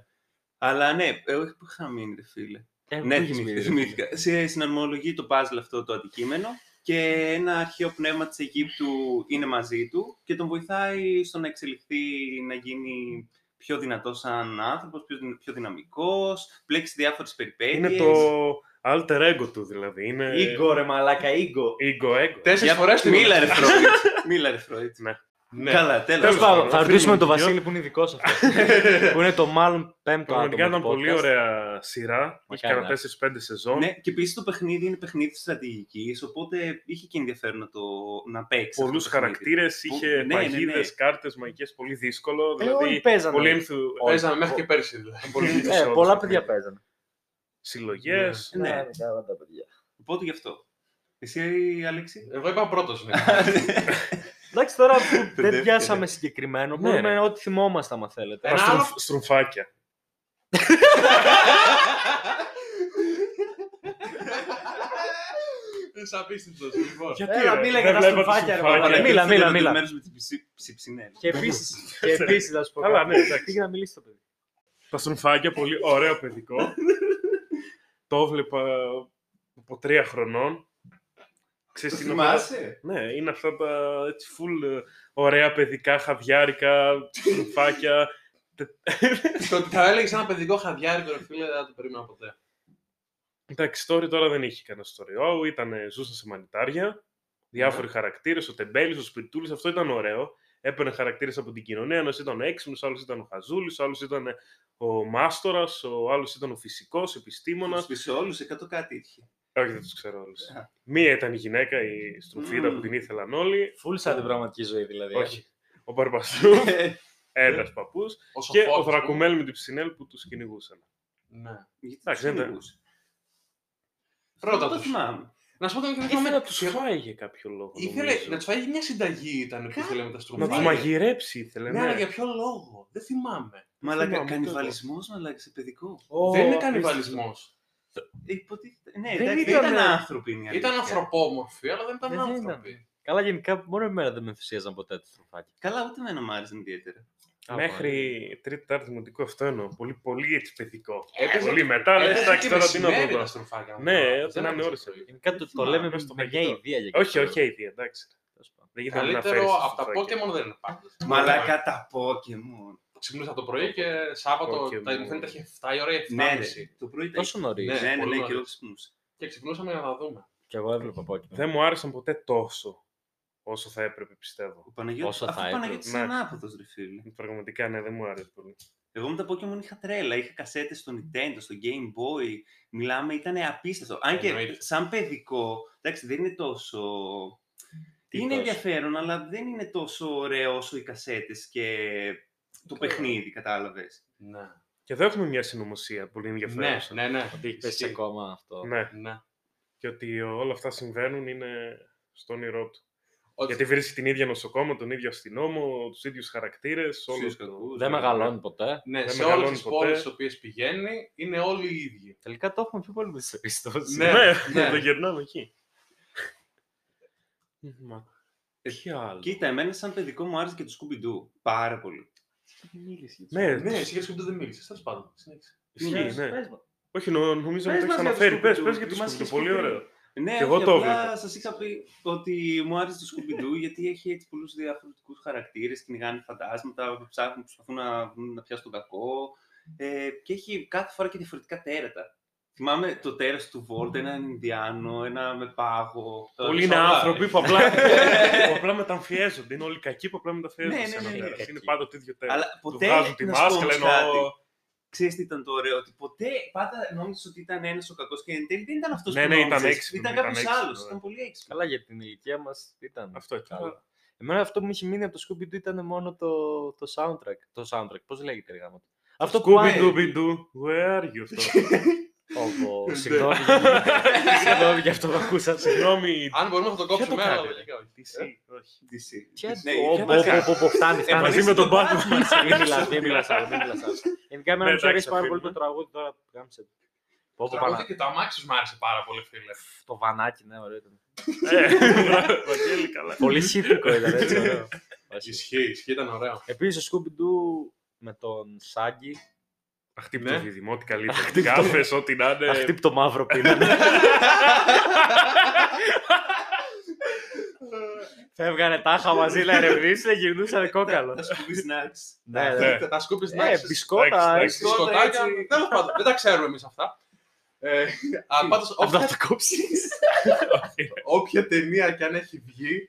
[SPEAKER 4] Αλλά ναι, εγώ πού είχα μείνει, ρε φίλε.
[SPEAKER 3] Ε,
[SPEAKER 4] ναι,
[SPEAKER 3] πού είχες μείνει,
[SPEAKER 4] θυμήθηκα.
[SPEAKER 3] ρε φίλε?
[SPEAKER 4] θυμήθηκα. Σε συναρμολογεί το puzzle αυτό το αντικείμενο και ένα αρχαίο πνεύμα της Αιγύπτου είναι μαζί του και τον βοηθάει στο να εξελιχθεί, να γίνει πιο δυνατός σαν άνθρωπος, πιο, δυναμικό, πιο δυναμικός, πλέξει διάφορες περιπέτειες.
[SPEAKER 1] Είναι το alter ego του δηλαδή. Είναι
[SPEAKER 3] Ego, ρε μαλάκα, ego.
[SPEAKER 1] ego ego.
[SPEAKER 2] Τέσσερις
[SPEAKER 4] Για-
[SPEAKER 2] φορές τη
[SPEAKER 4] Μίλα ρε Φρόιτ. Μίλα ρε Φρόιτ.
[SPEAKER 2] Ναι.
[SPEAKER 4] Καλά, τέλος
[SPEAKER 3] Τέλος πάντων, θα ρωτήσουμε τον
[SPEAKER 1] Γιώργο.
[SPEAKER 3] Βασίλη που είναι ειδικός σε αυτός. που είναι το μάλλον πέμπτο άτομο.
[SPEAKER 1] Πραγματικά ήταν
[SPEAKER 3] του
[SPEAKER 1] πολύ
[SPEAKER 3] podcast.
[SPEAKER 1] ωραία σειρά. Έχει
[SPEAKER 3] Μακάρι
[SPEAKER 1] κανένα
[SPEAKER 3] να
[SPEAKER 1] 4-5 σεζόν.
[SPEAKER 4] Ναι, και επίσης το παιχνίδι είναι παιχνίδι στρατηγικής, οπότε είχε και ενδιαφέρον να, το, να παίξει.
[SPEAKER 1] Πολλού χαρακτήρες,
[SPEAKER 4] Που-
[SPEAKER 1] είχε
[SPEAKER 4] ναι, ναι, ναι.
[SPEAKER 1] παγίδε, κάρτες, μαγικές, πολύ δύσκολο.
[SPEAKER 3] Ε, όλοι
[SPEAKER 1] δηλαδή,
[SPEAKER 3] παίζανε.
[SPEAKER 1] πολύ ενθου...
[SPEAKER 2] Παίζαμε μέχρι και πέρσι. δηλαδή.
[SPEAKER 3] Ε, πολλά παιδιά παίζανε.
[SPEAKER 1] Συλλογές.
[SPEAKER 3] Ε,
[SPEAKER 4] Ναι.
[SPEAKER 3] καλά τα παιδιά.
[SPEAKER 4] Οπότε γι' αυτό. Εσύ, Αλέξη.
[SPEAKER 2] Εγώ είπα ναι. πρώτο.
[SPEAKER 3] Εντάξει, τώρα που δεν
[SPEAKER 4] Παιδεύτηκε.
[SPEAKER 3] πιάσαμε συγκεκριμένο,
[SPEAKER 1] Ναι,
[SPEAKER 3] μπορούμε
[SPEAKER 1] ρε.
[SPEAKER 3] ό,τι θυμόμαστε, άμα θέλετε.
[SPEAKER 2] Ένα άλλο-
[SPEAKER 1] Στρουμφάκια.
[SPEAKER 2] Είσαι απίστευτος. Λοιπόν.
[SPEAKER 1] Γιατί,
[SPEAKER 3] Έλα,
[SPEAKER 1] ρε,
[SPEAKER 3] μίλα
[SPEAKER 1] δεν
[SPEAKER 3] για τα
[SPEAKER 1] βλέπω τα
[SPEAKER 3] στρουμφάκια, ρε,
[SPEAKER 1] στρουμφάκια.
[SPEAKER 3] Μίλα, μίλα, μίλα.
[SPEAKER 4] Μέρο με τις ψιψινέ.
[SPEAKER 3] Και επίσης, και επίσης, να σου πω
[SPEAKER 1] Καλά,
[SPEAKER 3] κάτι.
[SPEAKER 1] ναι, εντάξει.
[SPEAKER 3] Τι για να μιλήσει το παιδί.
[SPEAKER 1] Τα στρουμφάκια, πολύ ωραίο παιδικό. το βλέπα από τρία χρονών. Ξέρεις, είναι αυτά- Ναι, είναι αυτά τα έτσι full ε, ωραία παιδικά, χαβιάρικα, στρουμφάκια.
[SPEAKER 2] Το ότι θα έλεγες ένα παιδικό χαδιάρικο, ρε φίλε, δεν θα το περίμενα ποτέ.
[SPEAKER 1] Εντάξει, story τώρα δεν είχε κανένα story. Wow, ήτανε, ζούσαν σε μανιτάρια.
[SPEAKER 2] Ναι.
[SPEAKER 1] Διάφοροι χαρακτήρες, ο Τεμπέλης, ο Σπιρτούλης, αυτό ήταν ωραίο. Έπαιρνε χαρακτήρες από την κοινωνία. Ένας ήταν έξυπνος, άλλος ήταν ο Χαζούλης, άλλος ήταν ο Μάστορας, ο άλλος ήταν ο φυσικός, επιστήμονας.
[SPEAKER 4] Του πίσω όλου, 100 κάτι είχε.
[SPEAKER 1] Όχι, δεν τους ξέρω όλους.
[SPEAKER 4] Α.
[SPEAKER 1] Μία ήταν η γυναίκα, η Στρουφίδα
[SPEAKER 4] Μμμ.
[SPEAKER 1] που την ήθελαν όλοι.
[SPEAKER 3] Φουλ σαν την πραγματική ζωή δηλαδή.
[SPEAKER 1] Όχι. Ο Μπαρμπαστού, ένας παππούς.
[SPEAKER 2] Ο
[SPEAKER 1] Και ο
[SPEAKER 2] Σοφόκλης,
[SPEAKER 1] Δρακουμέλ με την Ψινέλ που τους κυνηγούσαν.
[SPEAKER 2] Ναι.
[SPEAKER 4] Γιατί
[SPEAKER 1] Εντάξει,
[SPEAKER 4] τους
[SPEAKER 1] δεν τα-
[SPEAKER 4] κυνηγούσε.
[SPEAKER 2] Πρώτα
[SPEAKER 4] Δεν το
[SPEAKER 2] τους.
[SPEAKER 4] θυμάμαι.
[SPEAKER 2] Να σου πω το ίδιο
[SPEAKER 1] Ήθελε
[SPEAKER 2] θυμάμαι.
[SPEAKER 1] να τους φάγει κάποιο λόγο.
[SPEAKER 2] Ήθελε
[SPEAKER 1] νομίζω.
[SPEAKER 2] να του φάει μια συνταγή ήταν που ήθελε με τα
[SPEAKER 1] να τους
[SPEAKER 2] στρουμφάκια.
[SPEAKER 1] μαγειρέψει, ήθελε.
[SPEAKER 2] Ναι, αλλά
[SPEAKER 1] Ναι,
[SPEAKER 2] για ποιο λόγο. Δεν θυμάμαι.
[SPEAKER 4] Μαλάκα,
[SPEAKER 1] θυμάμαι,
[SPEAKER 4] κανιβαλισμός, μαλάκα, σε παιδικό.
[SPEAKER 2] Δεν είναι κανιβαλισμό.
[SPEAKER 4] Ε, υποτίθεται- Ναι,
[SPEAKER 3] Δεν
[SPEAKER 4] εντάξει, δεν
[SPEAKER 3] ήταν-
[SPEAKER 4] ήταν άνθρωποι. είναι η αλήθεια.
[SPEAKER 2] Ήταν ανθρωπόμορφη, αλλά δεν ήταν
[SPEAKER 3] Δεν ήταν.
[SPEAKER 2] άνθρωποι. Ε,
[SPEAKER 3] Καλά, γενικά μόνο εμένα δεν με ενθουσίαζαν ποτέ το στροφάκι.
[SPEAKER 4] Καλά, ούτε εμένα μου άρεσαν ιδιαίτερα.
[SPEAKER 1] Μέχρι τρίτη τάρτη δημοτικού αυτό εννοώ. Πολύ, πολύ έτσι παιδικό.
[SPEAKER 2] Έπαιζε-
[SPEAKER 1] Πολύ μετά, λες,
[SPEAKER 2] Έπαιζε
[SPEAKER 1] εντάξει
[SPEAKER 2] και
[SPEAKER 1] τώρα τι να
[SPEAKER 2] μεσημέρι
[SPEAKER 1] το δω.
[SPEAKER 2] τα στρουμφάκια.
[SPEAKER 1] Ναι,
[SPEAKER 2] Δεν
[SPEAKER 1] όταν είναι
[SPEAKER 2] έπαιζε
[SPEAKER 1] ώρες.
[SPEAKER 2] το πρωί.
[SPEAKER 3] Γενικά το, το
[SPEAKER 4] θυμάμαι,
[SPEAKER 3] λέμε
[SPEAKER 1] μες
[SPEAKER 3] με
[SPEAKER 1] στο
[SPEAKER 3] μια
[SPEAKER 1] φαγητό.
[SPEAKER 3] ιδέα για
[SPEAKER 1] Όχι,
[SPEAKER 3] κάποιο
[SPEAKER 1] όχι ιδέα, εντάξει.
[SPEAKER 3] λόγο.
[SPEAKER 1] Δεν γίνεται να
[SPEAKER 2] Καλύτερο
[SPEAKER 1] αναφέρεις το
[SPEAKER 2] από τα
[SPEAKER 1] στρουμφάκια.
[SPEAKER 2] Pokemon δεν είναι πάντα.
[SPEAKER 4] Μαλάκα τα Pokémon.
[SPEAKER 2] Ξυπνούσα το πρωί και Σάββατο
[SPEAKER 1] Pokemon.
[SPEAKER 2] τα μου φαίνεται είχε 7 η ώρα ή
[SPEAKER 4] Ναι, ρε,
[SPEAKER 2] 7.30.
[SPEAKER 4] το πρωί τα
[SPEAKER 3] Τόσο νωρίς.
[SPEAKER 2] Ναι.
[SPEAKER 4] Ναι, ναι,
[SPEAKER 2] πολύ
[SPEAKER 4] ναι, και
[SPEAKER 2] ωραία.
[SPEAKER 4] εγώ ξυπνούσα.
[SPEAKER 2] Και ξυπνούσαμε για να τα δούμε.
[SPEAKER 3] Και εγώ έβλεπα από εκεί.
[SPEAKER 1] Δεν μου άρεσαν ποτέ τόσο όσο θα έπρεπε, πιστεύω.
[SPEAKER 4] Ο Παναγιώτης,
[SPEAKER 3] Όσο
[SPEAKER 4] αφού
[SPEAKER 3] θα
[SPEAKER 4] ο Παναγιώτης είναι
[SPEAKER 1] έπρεπε. Ναι.
[SPEAKER 4] ανάποδος, ρε φίλε.
[SPEAKER 1] Πραγματικά, ναι, δεν μου άρεσε πολύ.
[SPEAKER 4] Εγώ με τα Pokémon είχα τρέλα. Είχα κασέτες στο Nintendo, στο Game Boy. Μιλάμε, ήταν απίστευτο. Αν και
[SPEAKER 2] Εννοείται.
[SPEAKER 4] σαν παιδικό, εντάξει, δεν είναι τόσο...
[SPEAKER 3] Τι
[SPEAKER 4] είναι
[SPEAKER 3] τόσο.
[SPEAKER 4] ενδιαφέρον, αλλά δεν είναι τόσο ωραίο όσο οι κασέτες και το
[SPEAKER 2] Καλά.
[SPEAKER 4] παιχνίδι, κατάλαβες.
[SPEAKER 2] Ναι.
[SPEAKER 1] Και εδώ έχουμε μια συνωμοσία πολύ
[SPEAKER 2] Ναι,
[SPEAKER 1] ενδιαφέρουσα.
[SPEAKER 2] ναι, ναι.
[SPEAKER 3] Ότι έχει πέσει
[SPEAKER 2] Ισχύει.
[SPEAKER 3] ακόμα αυτό.
[SPEAKER 1] Ναι.
[SPEAKER 2] Ναι.
[SPEAKER 1] Και ότι όλα αυτά συμβαίνουν είναι στο όνειρό του.
[SPEAKER 2] Ότι
[SPEAKER 1] Γιατί βρίσκει την ίδια νοσοκόμα, τον ίδιο αστυνόμο, τους ίδιους χαρακτήρες, όλου
[SPEAKER 4] Στους κακούς,
[SPEAKER 3] Δεν
[SPEAKER 4] ναι.
[SPEAKER 3] μεγαλώνει ποτέ.
[SPEAKER 2] Ναι,
[SPEAKER 1] Δεν
[SPEAKER 2] σε όλε
[SPEAKER 1] μεγαλώνει
[SPEAKER 2] τις
[SPEAKER 1] ποτέ.
[SPEAKER 2] πόλεις στις οποίες πηγαίνει είναι όλοι οι ίδιοι.
[SPEAKER 3] Τελικά το έχουμε πιο πολύ με τις επιστώσεις.
[SPEAKER 2] Ναι,
[SPEAKER 1] ναι,
[SPEAKER 2] ναι.
[SPEAKER 1] το γυρνάμε εκεί. Μα,
[SPEAKER 4] Ε,
[SPEAKER 1] τι άλλο.
[SPEAKER 4] Κοίτα, εμένα σαν παιδικό μου άρεσε και το Scooby-Doo. Πάρα πολύ.
[SPEAKER 1] Ναι,
[SPEAKER 2] Ναι, εσύ για σκουπίδι δεν μίλησες. Τέλος πάντων. συνέχισε.
[SPEAKER 1] ισχύει, ναι. Όχι, νο- νομίζω ότι το έχει
[SPEAKER 4] μας για το
[SPEAKER 1] αναφέρει. Πες,
[SPEAKER 4] Scooby-Doo,
[SPEAKER 1] πες για
[SPEAKER 4] τι
[SPEAKER 1] το
[SPEAKER 4] μας
[SPEAKER 1] Σκουπιντού.
[SPEAKER 4] είχες
[SPEAKER 1] Πολύ
[SPEAKER 4] πει πριν.
[SPEAKER 1] ωραίο.
[SPEAKER 4] Ναι,
[SPEAKER 1] Κι εγώ
[SPEAKER 4] όχι,
[SPEAKER 1] το
[SPEAKER 4] απλά
[SPEAKER 1] έβλεπα.
[SPEAKER 4] σας είχα πει ότι μου άρεσε το Scooby-Doo γιατί έχει έτσι πολλούς διαφορετικούς χαρακτήρες, κυνηγάνε φαντάσματα, που ψάχνουν, προσπαθούν να, βρουν- να πιάσουν τον κακό ε, και έχει κάθε φορά και διαφορετικά τέρατα. Θυμάμαι το τέρας του Βόρτ, έναν Ινδιάνο, ένα με πάγο. Ε,
[SPEAKER 1] Πολλοί είναι
[SPEAKER 4] Σοβαρά.
[SPEAKER 1] άνθρωποι που απλά, που απλά μεταμφιέζονται. Είναι όλοι κακοί που απλά μεταμφιέζονται.
[SPEAKER 4] Ναι,
[SPEAKER 1] σε
[SPEAKER 4] ναι,
[SPEAKER 1] ένα
[SPEAKER 4] ναι,
[SPEAKER 1] τέρας.
[SPEAKER 3] κακοί.
[SPEAKER 1] Είναι πάντα το ίδιο τέρα.
[SPEAKER 4] Αλλά
[SPEAKER 1] Του
[SPEAKER 4] ποτέ,
[SPEAKER 1] βγάζουν τη
[SPEAKER 4] να σου πω
[SPEAKER 1] μάσκα,
[SPEAKER 4] όμως
[SPEAKER 1] λένε
[SPEAKER 4] κάτι.
[SPEAKER 1] «Ω».
[SPEAKER 4] Ξέρεις τι ήταν το ωραίο, ότι ποτέ πάντα νόμιζες ότι ήταν ένας ο κακός και εν τέλει δεν ήταν αυτός
[SPEAKER 1] Ναι,
[SPEAKER 4] που
[SPEAKER 1] ναι, ήταν
[SPEAKER 4] νόμιζες,
[SPEAKER 1] έξυπνο,
[SPEAKER 4] ήταν
[SPEAKER 1] ήταν
[SPEAKER 4] κάποιος
[SPEAKER 1] έξυπνο,
[SPEAKER 4] άλλος,
[SPEAKER 1] ναι.
[SPEAKER 4] ήταν πολύ έξυπνο.
[SPEAKER 3] Καλά για την ηλικία μας ήταν.
[SPEAKER 1] Αυτό έτσι.
[SPEAKER 3] Καλά. Εμένα αυτό που μου είχε μείνει από το Scooby-Doo ήταν μόνο το, το soundtrack. Το soundtrack, πώς λέγεται ρε γάμο. Αυτό που
[SPEAKER 1] Scooby
[SPEAKER 3] πάει.
[SPEAKER 1] Dooby Doo, where are you αυτό.
[SPEAKER 3] Όπο, συγγνώμη. Συγγνώμη για αυτό που ακούσατε.
[SPEAKER 1] Συγγνώμη,
[SPEAKER 2] Αν μπορούμε θα το
[SPEAKER 1] Ε, Ποιο
[SPEAKER 2] κόψουμε,
[SPEAKER 1] το
[SPEAKER 2] αλλά Ε,
[SPEAKER 1] κάνει,
[SPEAKER 2] λογικά όχι.
[SPEAKER 1] DC, όχι.
[SPEAKER 4] DC.
[SPEAKER 3] Τι
[SPEAKER 4] Ναι,
[SPEAKER 3] άντο-
[SPEAKER 4] για
[SPEAKER 3] Όπο,
[SPEAKER 4] να κάνω.
[SPEAKER 3] όπο, όπο, φτάνει,
[SPEAKER 4] Ε, μαζί
[SPEAKER 3] φτάνει.
[SPEAKER 1] Μαζί με τον
[SPEAKER 4] τον
[SPEAKER 1] Batman.
[SPEAKER 3] Μην μιλάς, μην μιλάς άλλο, μην μιλάς άλλο. Γενικά εμένα
[SPEAKER 1] Ναι,
[SPEAKER 3] μου αρέσει
[SPEAKER 1] εντάξει,
[SPEAKER 3] πάρα
[SPEAKER 1] αφήνουμε.
[SPEAKER 3] πολύ το τραγούδι τώρα που κάμισε. Πω, πω,
[SPEAKER 2] Τραγούδι
[SPEAKER 3] Πανα-
[SPEAKER 2] και το αμάξι σου μου άρεσε πάρα πολύ, φίλε.
[SPEAKER 3] Το βανάκι, ναι, ωραίο ήταν.
[SPEAKER 1] Ε, μπράβο, Βαγγέλη, καλά.
[SPEAKER 3] Πολύ σύντικο ήταν, έτσι, ωραίο.
[SPEAKER 1] Ε,
[SPEAKER 2] Ισχύει, ισχύει, ήταν ωραίο.
[SPEAKER 3] Επίσης, ο Scooby-Doo με τον Σάγκη.
[SPEAKER 1] Αχτύπτο
[SPEAKER 2] Ναι.
[SPEAKER 1] το δίδυμο, ό,τι καλύτερο.
[SPEAKER 3] Αχτύπτο.
[SPEAKER 1] Κάφες, ό,τι να είναι.
[SPEAKER 3] Αχτύπτο μαύρο πήραν.
[SPEAKER 1] Ε,
[SPEAKER 3] Φεύγανε τάχα μαζί να ερευνήσουν, γυρνούσαν
[SPEAKER 4] Τα
[SPEAKER 3] κόκαλο.
[SPEAKER 4] Scooby Snacks.
[SPEAKER 3] Ναι,
[SPEAKER 1] ναι.
[SPEAKER 2] Τα σκούπι
[SPEAKER 3] Ε,
[SPEAKER 2] να
[SPEAKER 3] μπισκότα,
[SPEAKER 1] εντάξει,
[SPEAKER 3] έτσι.
[SPEAKER 1] εντάξει.
[SPEAKER 2] Σκοτάκια. Τέλος πάντων, δεν τα ξέρουμε εμείς αυτά. Ε, α, πάντως,
[SPEAKER 3] Αυτό
[SPEAKER 2] όποια,
[SPEAKER 3] θα το κόψεις.
[SPEAKER 2] όποια ταινία κι αν έχει βγει,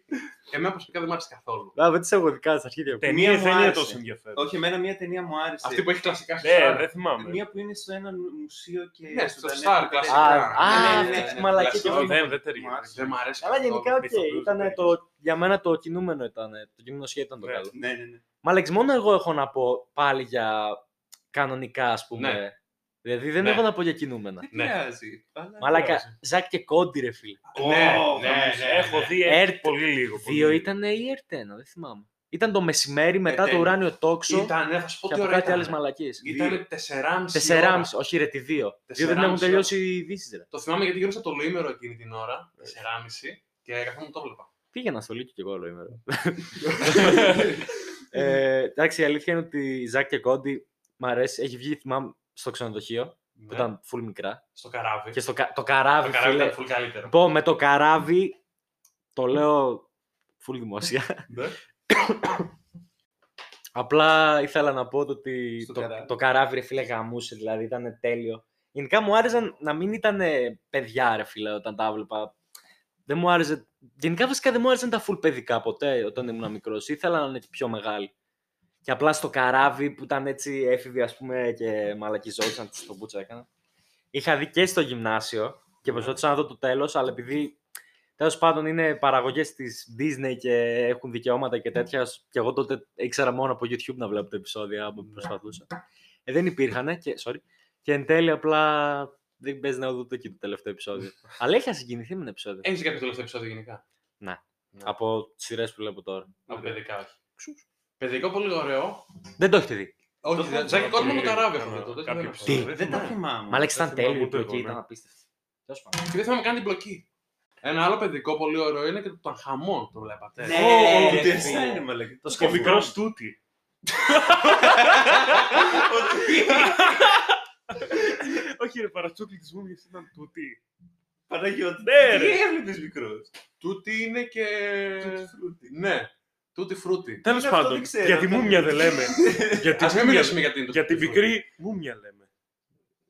[SPEAKER 2] εμένα προσωπικά δεν μ' άρεσε καθόλου.
[SPEAKER 3] Α, δεν τις έχω δικά σας αρχίδια.
[SPEAKER 1] Ταινία
[SPEAKER 4] μου
[SPEAKER 1] δεν είναι
[SPEAKER 4] άρεσε.
[SPEAKER 1] τόσο ενδιαφέρον.
[SPEAKER 4] Όχι, εμένα μια ταινία μου άρεσε.
[SPEAKER 2] Αυτή που έχει κλασικά στο
[SPEAKER 1] Ναι,
[SPEAKER 2] Star.
[SPEAKER 1] δεν θυμάμαι.
[SPEAKER 4] Μια που είναι στο ένα μουσείο και.
[SPEAKER 2] Ναι, στο
[SPEAKER 4] ζωντανεύει
[SPEAKER 2] Star,
[SPEAKER 4] το
[SPEAKER 2] κλασικά.
[SPEAKER 3] Α,
[SPEAKER 4] τέτοιο.
[SPEAKER 3] α,
[SPEAKER 4] Ναι, ναι, ναι,
[SPEAKER 3] αυτή
[SPEAKER 4] ναι,
[SPEAKER 3] τη
[SPEAKER 4] ναι.
[SPEAKER 3] μαλακή
[SPEAKER 4] Κλασικό.
[SPEAKER 3] και
[SPEAKER 1] Όχι,
[SPEAKER 3] εγώ.
[SPEAKER 1] δεν, δεν
[SPEAKER 2] Μου
[SPEAKER 1] ταιριάζει.
[SPEAKER 2] άρεσε, ναι, Δεν μ' αρέσει.
[SPEAKER 3] Καλά,
[SPEAKER 2] καθόλου.
[SPEAKER 3] γενικά, οκ.
[SPEAKER 1] Μυθοποιούς
[SPEAKER 3] Ήταν
[SPEAKER 1] δεν
[SPEAKER 3] το... Για μένα το κινούμενο ήταν, το κινούμενο σχέδιο ήταν το
[SPEAKER 1] Ναι.
[SPEAKER 3] καλό.
[SPEAKER 4] Ναι, ναι, ναι.
[SPEAKER 3] Μα Άλεξ, μόνο εγώ έχω να πω πάλι για κανονικά, ας πούμε. Δηλαδή δεν
[SPEAKER 2] Ναι.
[SPEAKER 3] έχω να πω για κινούμενα.
[SPEAKER 4] Δεν
[SPEAKER 2] Ναι.
[SPEAKER 4] πειράζει. Αλλά-
[SPEAKER 3] Μαλάκα, Ζακ και Κόντι, ρε φίλε.
[SPEAKER 2] Ναι,
[SPEAKER 4] Ω,
[SPEAKER 2] ναι,
[SPEAKER 4] γαμίσου.
[SPEAKER 2] ναι.
[SPEAKER 1] Έχω δει
[SPEAKER 3] Ερτ-
[SPEAKER 1] έτσι πολύ λίγο. πολύ
[SPEAKER 3] Δύο
[SPEAKER 1] λίγο.
[SPEAKER 3] ήταν ή Ερτένα, δεν θυμάμαι. Ήταν το μεσημέρι μετά το
[SPEAKER 4] Ερτένα.
[SPEAKER 3] ουράνιο τόξο
[SPEAKER 2] Ήταν, ε, θα σου πω
[SPEAKER 3] και
[SPEAKER 2] τι
[SPEAKER 3] από
[SPEAKER 2] ωραία
[SPEAKER 3] κάτι άλλε
[SPEAKER 2] ήταν.
[SPEAKER 3] μαλακίε.
[SPEAKER 2] Ήταν 4,5 ώρα.
[SPEAKER 3] 4,5, όχι ρε, τη δύο. Δύο δεν
[SPEAKER 2] Τεσσεράμιση
[SPEAKER 3] έχουν τελειώσει οι ειδήσεις, ρε.
[SPEAKER 2] Το θυμάμαι γιατί γύρισα το λοήμερο εκείνη την ώρα,
[SPEAKER 3] Ε.
[SPEAKER 2] 4,5 και καθόμουν το βλέπα.
[SPEAKER 3] Πήγαινα στο Λύκειο και εγώ όλο ημέρα. ε, εντάξει, η αλήθεια είναι ότι η Ζακ και Κόντι μ' αρέσει. Έχει βγει, θυμάμαι, στο ξενοδοχείο που
[SPEAKER 2] Ναι.
[SPEAKER 3] ήταν full μικρά.
[SPEAKER 2] Στο καράβι.
[SPEAKER 3] Και
[SPEAKER 2] Και
[SPEAKER 3] στο κα- το
[SPEAKER 2] το
[SPEAKER 3] καράβι,
[SPEAKER 2] καράβι
[SPEAKER 3] φίλε.
[SPEAKER 2] ήταν πολύ καλύτερο.
[SPEAKER 3] Πω, με το καράβι, το λέω full δημόσια.
[SPEAKER 2] Ναι.
[SPEAKER 3] Απλά ήθελα να πω το ότι
[SPEAKER 4] Στο
[SPEAKER 3] το,
[SPEAKER 4] καράβι.
[SPEAKER 3] το καράβι ρε φίλε γαμούσε, δηλαδή ήταν τέλειο. Γενικά μου άρεσαν να μην ήταν παιδιά ρε φίλε όταν τα βλέπα. Δεν μου άρεσε. Γενικά βασικά δεν μου άρεσαν τα full παιδικά ποτέ όταν ήμουν μικρός. Ήθελα να είναι και πιο μεγάλη. Και απλά στο καράβι που ήταν έτσι έφηβοι ας πούμε και μαλακιζόντουσαν στο μπούτσα έκανα. Είχα δει και στο γυμνάσιο και προσπαθούσα να δω το τέλος, αλλά επειδή Τέλος πάντων, είναι παραγωγές της Disney και έχουν δικαιώματα
[SPEAKER 2] Ναι.
[SPEAKER 3] και τέτοια. Και εγώ τότε ήξερα μόνο από YouTube να βλέπω τα επεισόδια
[SPEAKER 2] Ναι.
[SPEAKER 3] που προσπαθούσα. Ε, δεν υπήρχαν και, sorry, και εν τέλει απλά δεν παίζει να δω το και το τελευταίο επεισόδιο. Αλλά είχα συγκινηθεί με ένα επεισόδιο.
[SPEAKER 2] Έχεις κάποιο τελευταίο επεισόδιο γενικά. ναι.
[SPEAKER 3] από τις σειρές που βλέπω τώρα.
[SPEAKER 2] Από παιδικά, όχι. Παιδικό πολύ ωραίο.
[SPEAKER 3] Δεν το έχετε δει.
[SPEAKER 2] Όχι,
[SPEAKER 4] έχω
[SPEAKER 2] δεν- Τζάκι
[SPEAKER 4] δει,
[SPEAKER 2] Κόρμα με το
[SPEAKER 1] ναι,
[SPEAKER 2] καράβι
[SPEAKER 1] ναι,
[SPEAKER 2] έχω δει το
[SPEAKER 1] ναι,
[SPEAKER 2] τέτοιο
[SPEAKER 1] κάποιο
[SPEAKER 2] ένα
[SPEAKER 1] επεισόδιο.
[SPEAKER 2] επεισόδιο.
[SPEAKER 4] Δεν τα
[SPEAKER 2] Ναι,
[SPEAKER 4] θυμάμαι.
[SPEAKER 3] Μα λέξει
[SPEAKER 1] δεν
[SPEAKER 3] ήταν
[SPEAKER 1] θυμάμαι
[SPEAKER 3] τέλειο η
[SPEAKER 1] ούτε εγώ,
[SPEAKER 3] πλοκή,
[SPEAKER 1] ναι.
[SPEAKER 3] ήταν απίστευτη. Τέλος πάντων.
[SPEAKER 2] Και δεν θυμάμαι καν την πλοκή. Ένα άλλο παιδικό πολύ ωραίο είναι και το των χαμών, το βλέπατε.
[SPEAKER 4] Ναι,
[SPEAKER 3] Ω,
[SPEAKER 4] ρε,
[SPEAKER 3] τι
[SPEAKER 4] φίλε.
[SPEAKER 3] είναι,
[SPEAKER 4] Το
[SPEAKER 1] Ο
[SPEAKER 4] σκεφτόμουν.
[SPEAKER 1] μικρό τούτη. Όχι, ρε, παρατσούκλι τη μούμια ήταν τούτη.
[SPEAKER 4] Παναγιώτη.
[SPEAKER 1] Ναι, ρε.
[SPEAKER 4] Τι έβλεπες μικρός.
[SPEAKER 2] Τούτη είναι και...
[SPEAKER 4] Τούτη φρούτη.
[SPEAKER 2] Ναι, τούτη φρούτη.
[SPEAKER 1] Τέλος
[SPEAKER 4] αυτό
[SPEAKER 1] πάντων,
[SPEAKER 4] δεν ξέρω,
[SPEAKER 1] για τη
[SPEAKER 4] αυτό
[SPEAKER 1] μούμια δεν
[SPEAKER 4] δεν
[SPEAKER 1] λέμε. για τη
[SPEAKER 2] Ας μην
[SPEAKER 1] μούμια-
[SPEAKER 2] μιλήσουμε για την
[SPEAKER 1] για τη
[SPEAKER 2] τούτη φρούτη.
[SPEAKER 1] μικρή μούμια λέμε.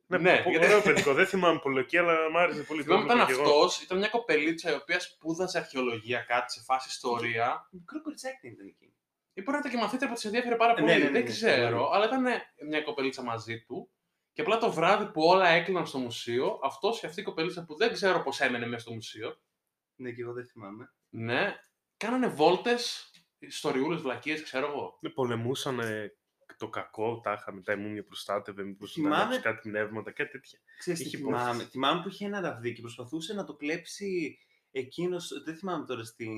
[SPEAKER 2] Ναι,
[SPEAKER 1] Πω,
[SPEAKER 2] γιατί-
[SPEAKER 1] Ωραίο παιδικό, δεν θυμάμαι πολλοκή, αλλά μου άρεσε πολύ. το
[SPEAKER 2] Θυμάμαι ήταν
[SPEAKER 1] έβλεπα κι εγώ.
[SPEAKER 2] αυτός, ήταν μια κοπελίτσα η οποία σπούδασε αρχαιολογία, κάτι σε φάση ιστορία.
[SPEAKER 4] Μικρό κοριτσάκι ήταν εκεί.
[SPEAKER 2] Ή μπορεί να ήταν και μαθήτρια που της ενδιαφέρε πάρα πολύ.
[SPEAKER 4] Ναι, ναι, ναι,
[SPEAKER 2] δεν
[SPEAKER 4] ναι,
[SPEAKER 2] ξέρω,
[SPEAKER 4] μπορεί.
[SPEAKER 2] αλλά ήταν μια κοπελίτσα μαζί του. Και απλά το βράδυ που όλα έκλειναν στο μουσείο, αυτός και αυτή η κοπελίτσα που δεν ξέρω πώς έμενε μέσα στο μουσείο,
[SPEAKER 4] Ναι, και εγώ δεν θυμάμαι.
[SPEAKER 2] ναι, κάνανε βόλτες, ιστοριούλες, βλακίες, ξέρω εγώ.
[SPEAKER 1] Ναι, πολεμούσαν το κακό, τα είχαμε τα μούμια προστάτευε, μήπως να
[SPEAKER 4] Θυμάμαι-
[SPEAKER 1] ανάψει κάτι πνεύματα, κάτι τέτοια.
[SPEAKER 4] Ξέρεις τι
[SPEAKER 1] Είχε
[SPEAKER 4] θυμάμαι.
[SPEAKER 1] υπόθεση.
[SPEAKER 4] Θυμάμαι που είχε ένα ραβδί και προσπαθούσε να το κλέψει εκείνος, δεν θυμάμαι τώρα στην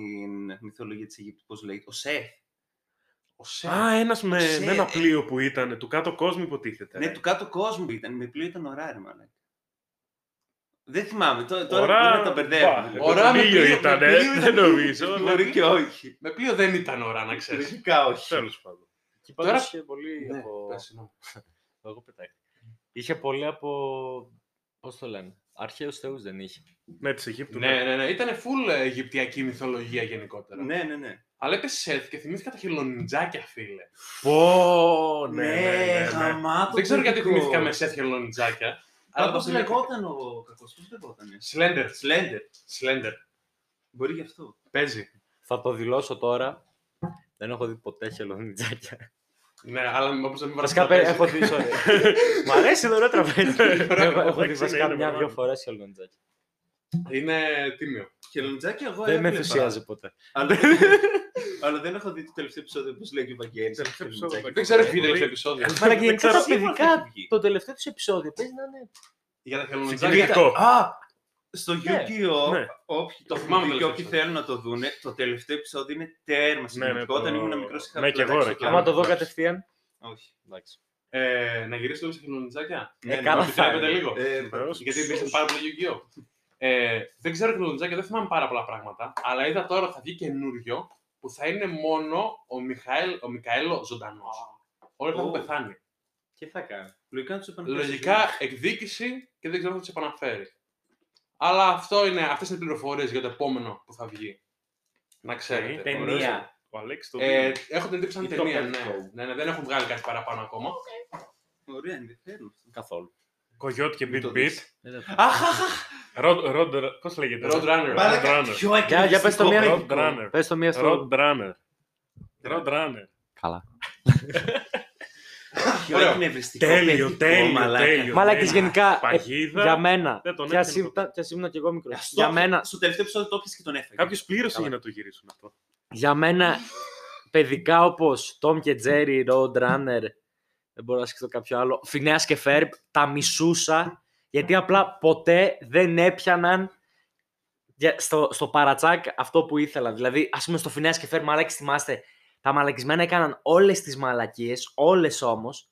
[SPEAKER 4] μυθολογία της Αιγύπτου πώς λέγεται, ο Σεφ.
[SPEAKER 2] Ο Σεφ.
[SPEAKER 1] Α, ένας με,
[SPEAKER 4] σε-
[SPEAKER 1] με ένα πλοίο που ήταν, του κάτω κόσμου υποτίθεται.
[SPEAKER 4] Ναι, του κάτω κόσμου ήταν, με πλοίο ήταν ωρά, ρε μαλάκα. Δεν θυμάμαι, τώρα, τώρα
[SPEAKER 1] Ωραία,
[SPEAKER 4] μπορεί να τα μπερδεύω.
[SPEAKER 1] μπα,
[SPEAKER 4] δηλαδή.
[SPEAKER 2] Ωραία,
[SPEAKER 1] το
[SPEAKER 2] με
[SPEAKER 1] πλοίο
[SPEAKER 2] πλοίο,
[SPEAKER 1] ήταν,
[SPEAKER 2] με
[SPEAKER 1] ε,
[SPEAKER 2] πλοίο
[SPEAKER 1] δεν
[SPEAKER 2] ήταν.
[SPEAKER 1] νομίζω. αλλά
[SPEAKER 4] Μπορεί και όχι.
[SPEAKER 2] Με πλοίο δεν ήταν ώρα να ξέρεις.
[SPEAKER 4] Φυσικά όχι.
[SPEAKER 1] Τέλος πάντων.
[SPEAKER 3] Εκεί
[SPEAKER 2] Τώρα-
[SPEAKER 3] πάντως είχε πολύ
[SPEAKER 2] ναι,
[SPEAKER 3] από-
[SPEAKER 2] πες, συγγνώμη.
[SPEAKER 3] Εγώ πετάχτηκα. Είχε πολύ από. Πώς το λένε. Αρχαίους θεούς δεν είχε.
[SPEAKER 1] Ναι, της Αιγύπτου.
[SPEAKER 2] ναι, ναι, ναι. Ήταν full Αιγυπτιακή μυθολογία γενικότερα.
[SPEAKER 4] Ναι, ναι, ναι.
[SPEAKER 2] Αλλά είπε Σεφ και θυμήθηκα τα χελονιτζάκια, φίλε.
[SPEAKER 1] Πω, ναι, ναι,
[SPEAKER 4] Ναι,
[SPEAKER 1] ναι, ναι.
[SPEAKER 4] γαμάτο.
[SPEAKER 2] Δεν ξέρω γιατί
[SPEAKER 4] παιδικό.
[SPEAKER 2] θυμήθηκα με Σεφ χελονιτζάκια.
[SPEAKER 4] Αλλά
[SPEAKER 2] Αλλά
[SPEAKER 4] πώς
[SPEAKER 2] το θυμήθηκα.
[SPEAKER 4] λεγόταν ο κακός, πώς λεγόταν.
[SPEAKER 2] Σλέντερ.
[SPEAKER 4] Σλέντερ.
[SPEAKER 2] Σλέντερ.
[SPEAKER 4] Μπορεί γι' αυτό.
[SPEAKER 2] Παίζει.
[SPEAKER 3] Θα το δηλώσω τώρα. Δεν έχω δει ποτέ χελονιτζάκια.
[SPEAKER 2] Ναι, αλλά όπως δεν με βάζει.
[SPEAKER 3] Βασικά παι- έχω δει. sorry. Μ' αρέσει το ωραίο
[SPEAKER 1] Ναι,
[SPEAKER 3] τραπέζι. έχω, έχω δει
[SPEAKER 1] Εντάξει,
[SPEAKER 3] βασικά
[SPEAKER 1] είναι
[SPEAKER 3] μια-δυο
[SPEAKER 1] μεγάλο.
[SPEAKER 3] φορές χελονιτζάκια.
[SPEAKER 2] Είναι τίμιο.
[SPEAKER 4] Χελοντζάκι εγώ
[SPEAKER 3] Δεν με
[SPEAKER 4] έβλεπα.
[SPEAKER 3] ενθουσιάζει ποτέ.
[SPEAKER 4] Αλλά, αλλά δεν έχω δει το τελευταίο επεισόδιο που λέει και ο Βαγγέλης.
[SPEAKER 1] Τελευταίο
[SPEAKER 4] Χελοντζάκι.
[SPEAKER 1] επεισόδιο.
[SPEAKER 2] Δεν ξέρω
[SPEAKER 1] Ναι,
[SPEAKER 2] τι είναι
[SPEAKER 1] πολύ.
[SPEAKER 2] το επεισόδιο.
[SPEAKER 3] Αλλά
[SPEAKER 4] δεν
[SPEAKER 3] γενικά
[SPEAKER 4] ξέρω
[SPEAKER 3] τα
[SPEAKER 4] σίγουρα θα
[SPEAKER 3] παιδικά
[SPEAKER 4] έχει βγει.
[SPEAKER 3] το τελευταίο του επεισόδιο παίζει να είναι.
[SPEAKER 2] Για τα χελονιτζάκια.
[SPEAKER 1] Συγκινητικό.
[SPEAKER 4] Α, στο
[SPEAKER 3] Ναι.
[SPEAKER 4] Yu-Gi-Oh!
[SPEAKER 1] Ναι.
[SPEAKER 4] Όποιοι το
[SPEAKER 2] Το θυμάμαι
[SPEAKER 4] θυμάμαι και
[SPEAKER 2] τελευταίο
[SPEAKER 4] όποιοι
[SPEAKER 2] επεισόδιο.
[SPEAKER 4] θέλουν να το δουν, το τελευταίο επεισόδιο είναι τέρμα
[SPEAKER 1] Ναι, ναι,
[SPEAKER 4] σημαντικό. Όταν
[SPEAKER 1] το-
[SPEAKER 4] ήμουν μικρός είχα
[SPEAKER 1] Ναι, και εγώ,
[SPEAKER 4] πλατάξει
[SPEAKER 1] ρε,
[SPEAKER 4] το
[SPEAKER 1] και
[SPEAKER 4] πλάνο.
[SPEAKER 3] Άμα
[SPEAKER 1] εγώ.
[SPEAKER 3] το δω κατευθείαν.
[SPEAKER 4] Όχι.
[SPEAKER 3] Εντάξει.
[SPEAKER 2] Ε, Να γυρίσω λίγο σε χελονιτζάκια.
[SPEAKER 4] Ναι, ναι,
[SPEAKER 3] καλά
[SPEAKER 4] ναι.
[SPEAKER 3] θα
[SPEAKER 2] Επιτρέπετε
[SPEAKER 3] είναι.
[SPEAKER 2] λίγο.
[SPEAKER 4] Ε,
[SPEAKER 1] Βεβαίως.
[SPEAKER 2] Γιατί υπήρχε πάρα πολύ Yu-Gi-Oh! Ε, δεν ξέρω χελονιτζάκια, δεν θυμάμαι πάρα πολλά πράγματα. Αλλά είδα τώρα θα βγει καινούριο που θα είναι μόνο ο Μιχαήλ, ο Μικαέλο ζωντανό. Όλοι θα έχουν
[SPEAKER 4] Ω.
[SPEAKER 2] πεθάνει.
[SPEAKER 3] Τι θα κάνει.
[SPEAKER 4] Λογικά να τους επαναφέρω.
[SPEAKER 2] Λογικά εκδίκηση και δεν ξέρω αν θα τους επαναφέρει. Αλλά αυτό είναι, αυτές είναι οι πληροφορίες για το επόμενο που θα βγει. Να ξέρετε.
[SPEAKER 1] Ταινία.
[SPEAKER 2] Ωραίος.
[SPEAKER 1] Ο Αλέξης το
[SPEAKER 2] Ε,
[SPEAKER 1] δίνει.
[SPEAKER 2] έχω την εντύπωση σαν
[SPEAKER 1] Ή το
[SPEAKER 2] ταινία,
[SPEAKER 1] Pet
[SPEAKER 2] ναι.
[SPEAKER 1] Show.
[SPEAKER 2] ναι, ναι. Δεν έχουν βγάλει κάτι παραπάνω ακόμα.
[SPEAKER 4] Ωραία, ενδιαφέρον αυτό.
[SPEAKER 3] Καθόλου.
[SPEAKER 1] Κογιότ και
[SPEAKER 2] Μην
[SPEAKER 1] Beat
[SPEAKER 2] το
[SPEAKER 1] Beat.
[SPEAKER 2] δεις.
[SPEAKER 3] Έλα.
[SPEAKER 4] Αχ,
[SPEAKER 1] Road, road, πώς λέγεται.
[SPEAKER 2] Road Runner.
[SPEAKER 1] Road Runner.
[SPEAKER 4] Ποιο
[SPEAKER 3] Για, για πες το μία.
[SPEAKER 1] Road
[SPEAKER 3] εκδοχή.
[SPEAKER 1] Runner.
[SPEAKER 3] Πες το μία
[SPEAKER 1] Road
[SPEAKER 3] στο...
[SPEAKER 1] Runner.
[SPEAKER 4] Ναι.
[SPEAKER 1] Road Runner.
[SPEAKER 3] Καλά.
[SPEAKER 4] Ποιο
[SPEAKER 2] Ωραίο.
[SPEAKER 4] εκνευριστικό
[SPEAKER 1] Τέλειο,
[SPEAKER 4] Τέλειο,
[SPEAKER 1] τέλειο, τέλειο.
[SPEAKER 3] Μαλάκες γενικά, ε,
[SPEAKER 1] Παγίδα.
[SPEAKER 3] για μένα,
[SPEAKER 1] δεν τον
[SPEAKER 3] κι ας
[SPEAKER 1] έφτιαχνε
[SPEAKER 3] ήμουν-
[SPEAKER 1] ποτέ. Ε,
[SPEAKER 3] κι ας ήμουν κι εγώ μικρός, για μένα,
[SPEAKER 4] Στο τελευταίο επεισόδιο το έπιασε και τον έφαγε.
[SPEAKER 1] Κάποιος πλήρωσε
[SPEAKER 4] Καλά.
[SPEAKER 1] για να το γυρίσουν αυτό.
[SPEAKER 3] για μένα παιδικά όπως Tom και Jerry, Road Runner, δεν μπορώ να σκεφτώ κάποιο άλλο, Φινέας και Φέρπ, τα μισούσα, γιατί απλά ποτέ δεν έπιαναν για- στο, στο παρατσάκ αυτό που ήθελαν. Δηλαδή, ας πούμε στο Φινέας και Φέρπ, μαλάκες θυμάστε, τα μαλακισμένα έκαναν όλες τις μαλακίες, όλες όμως,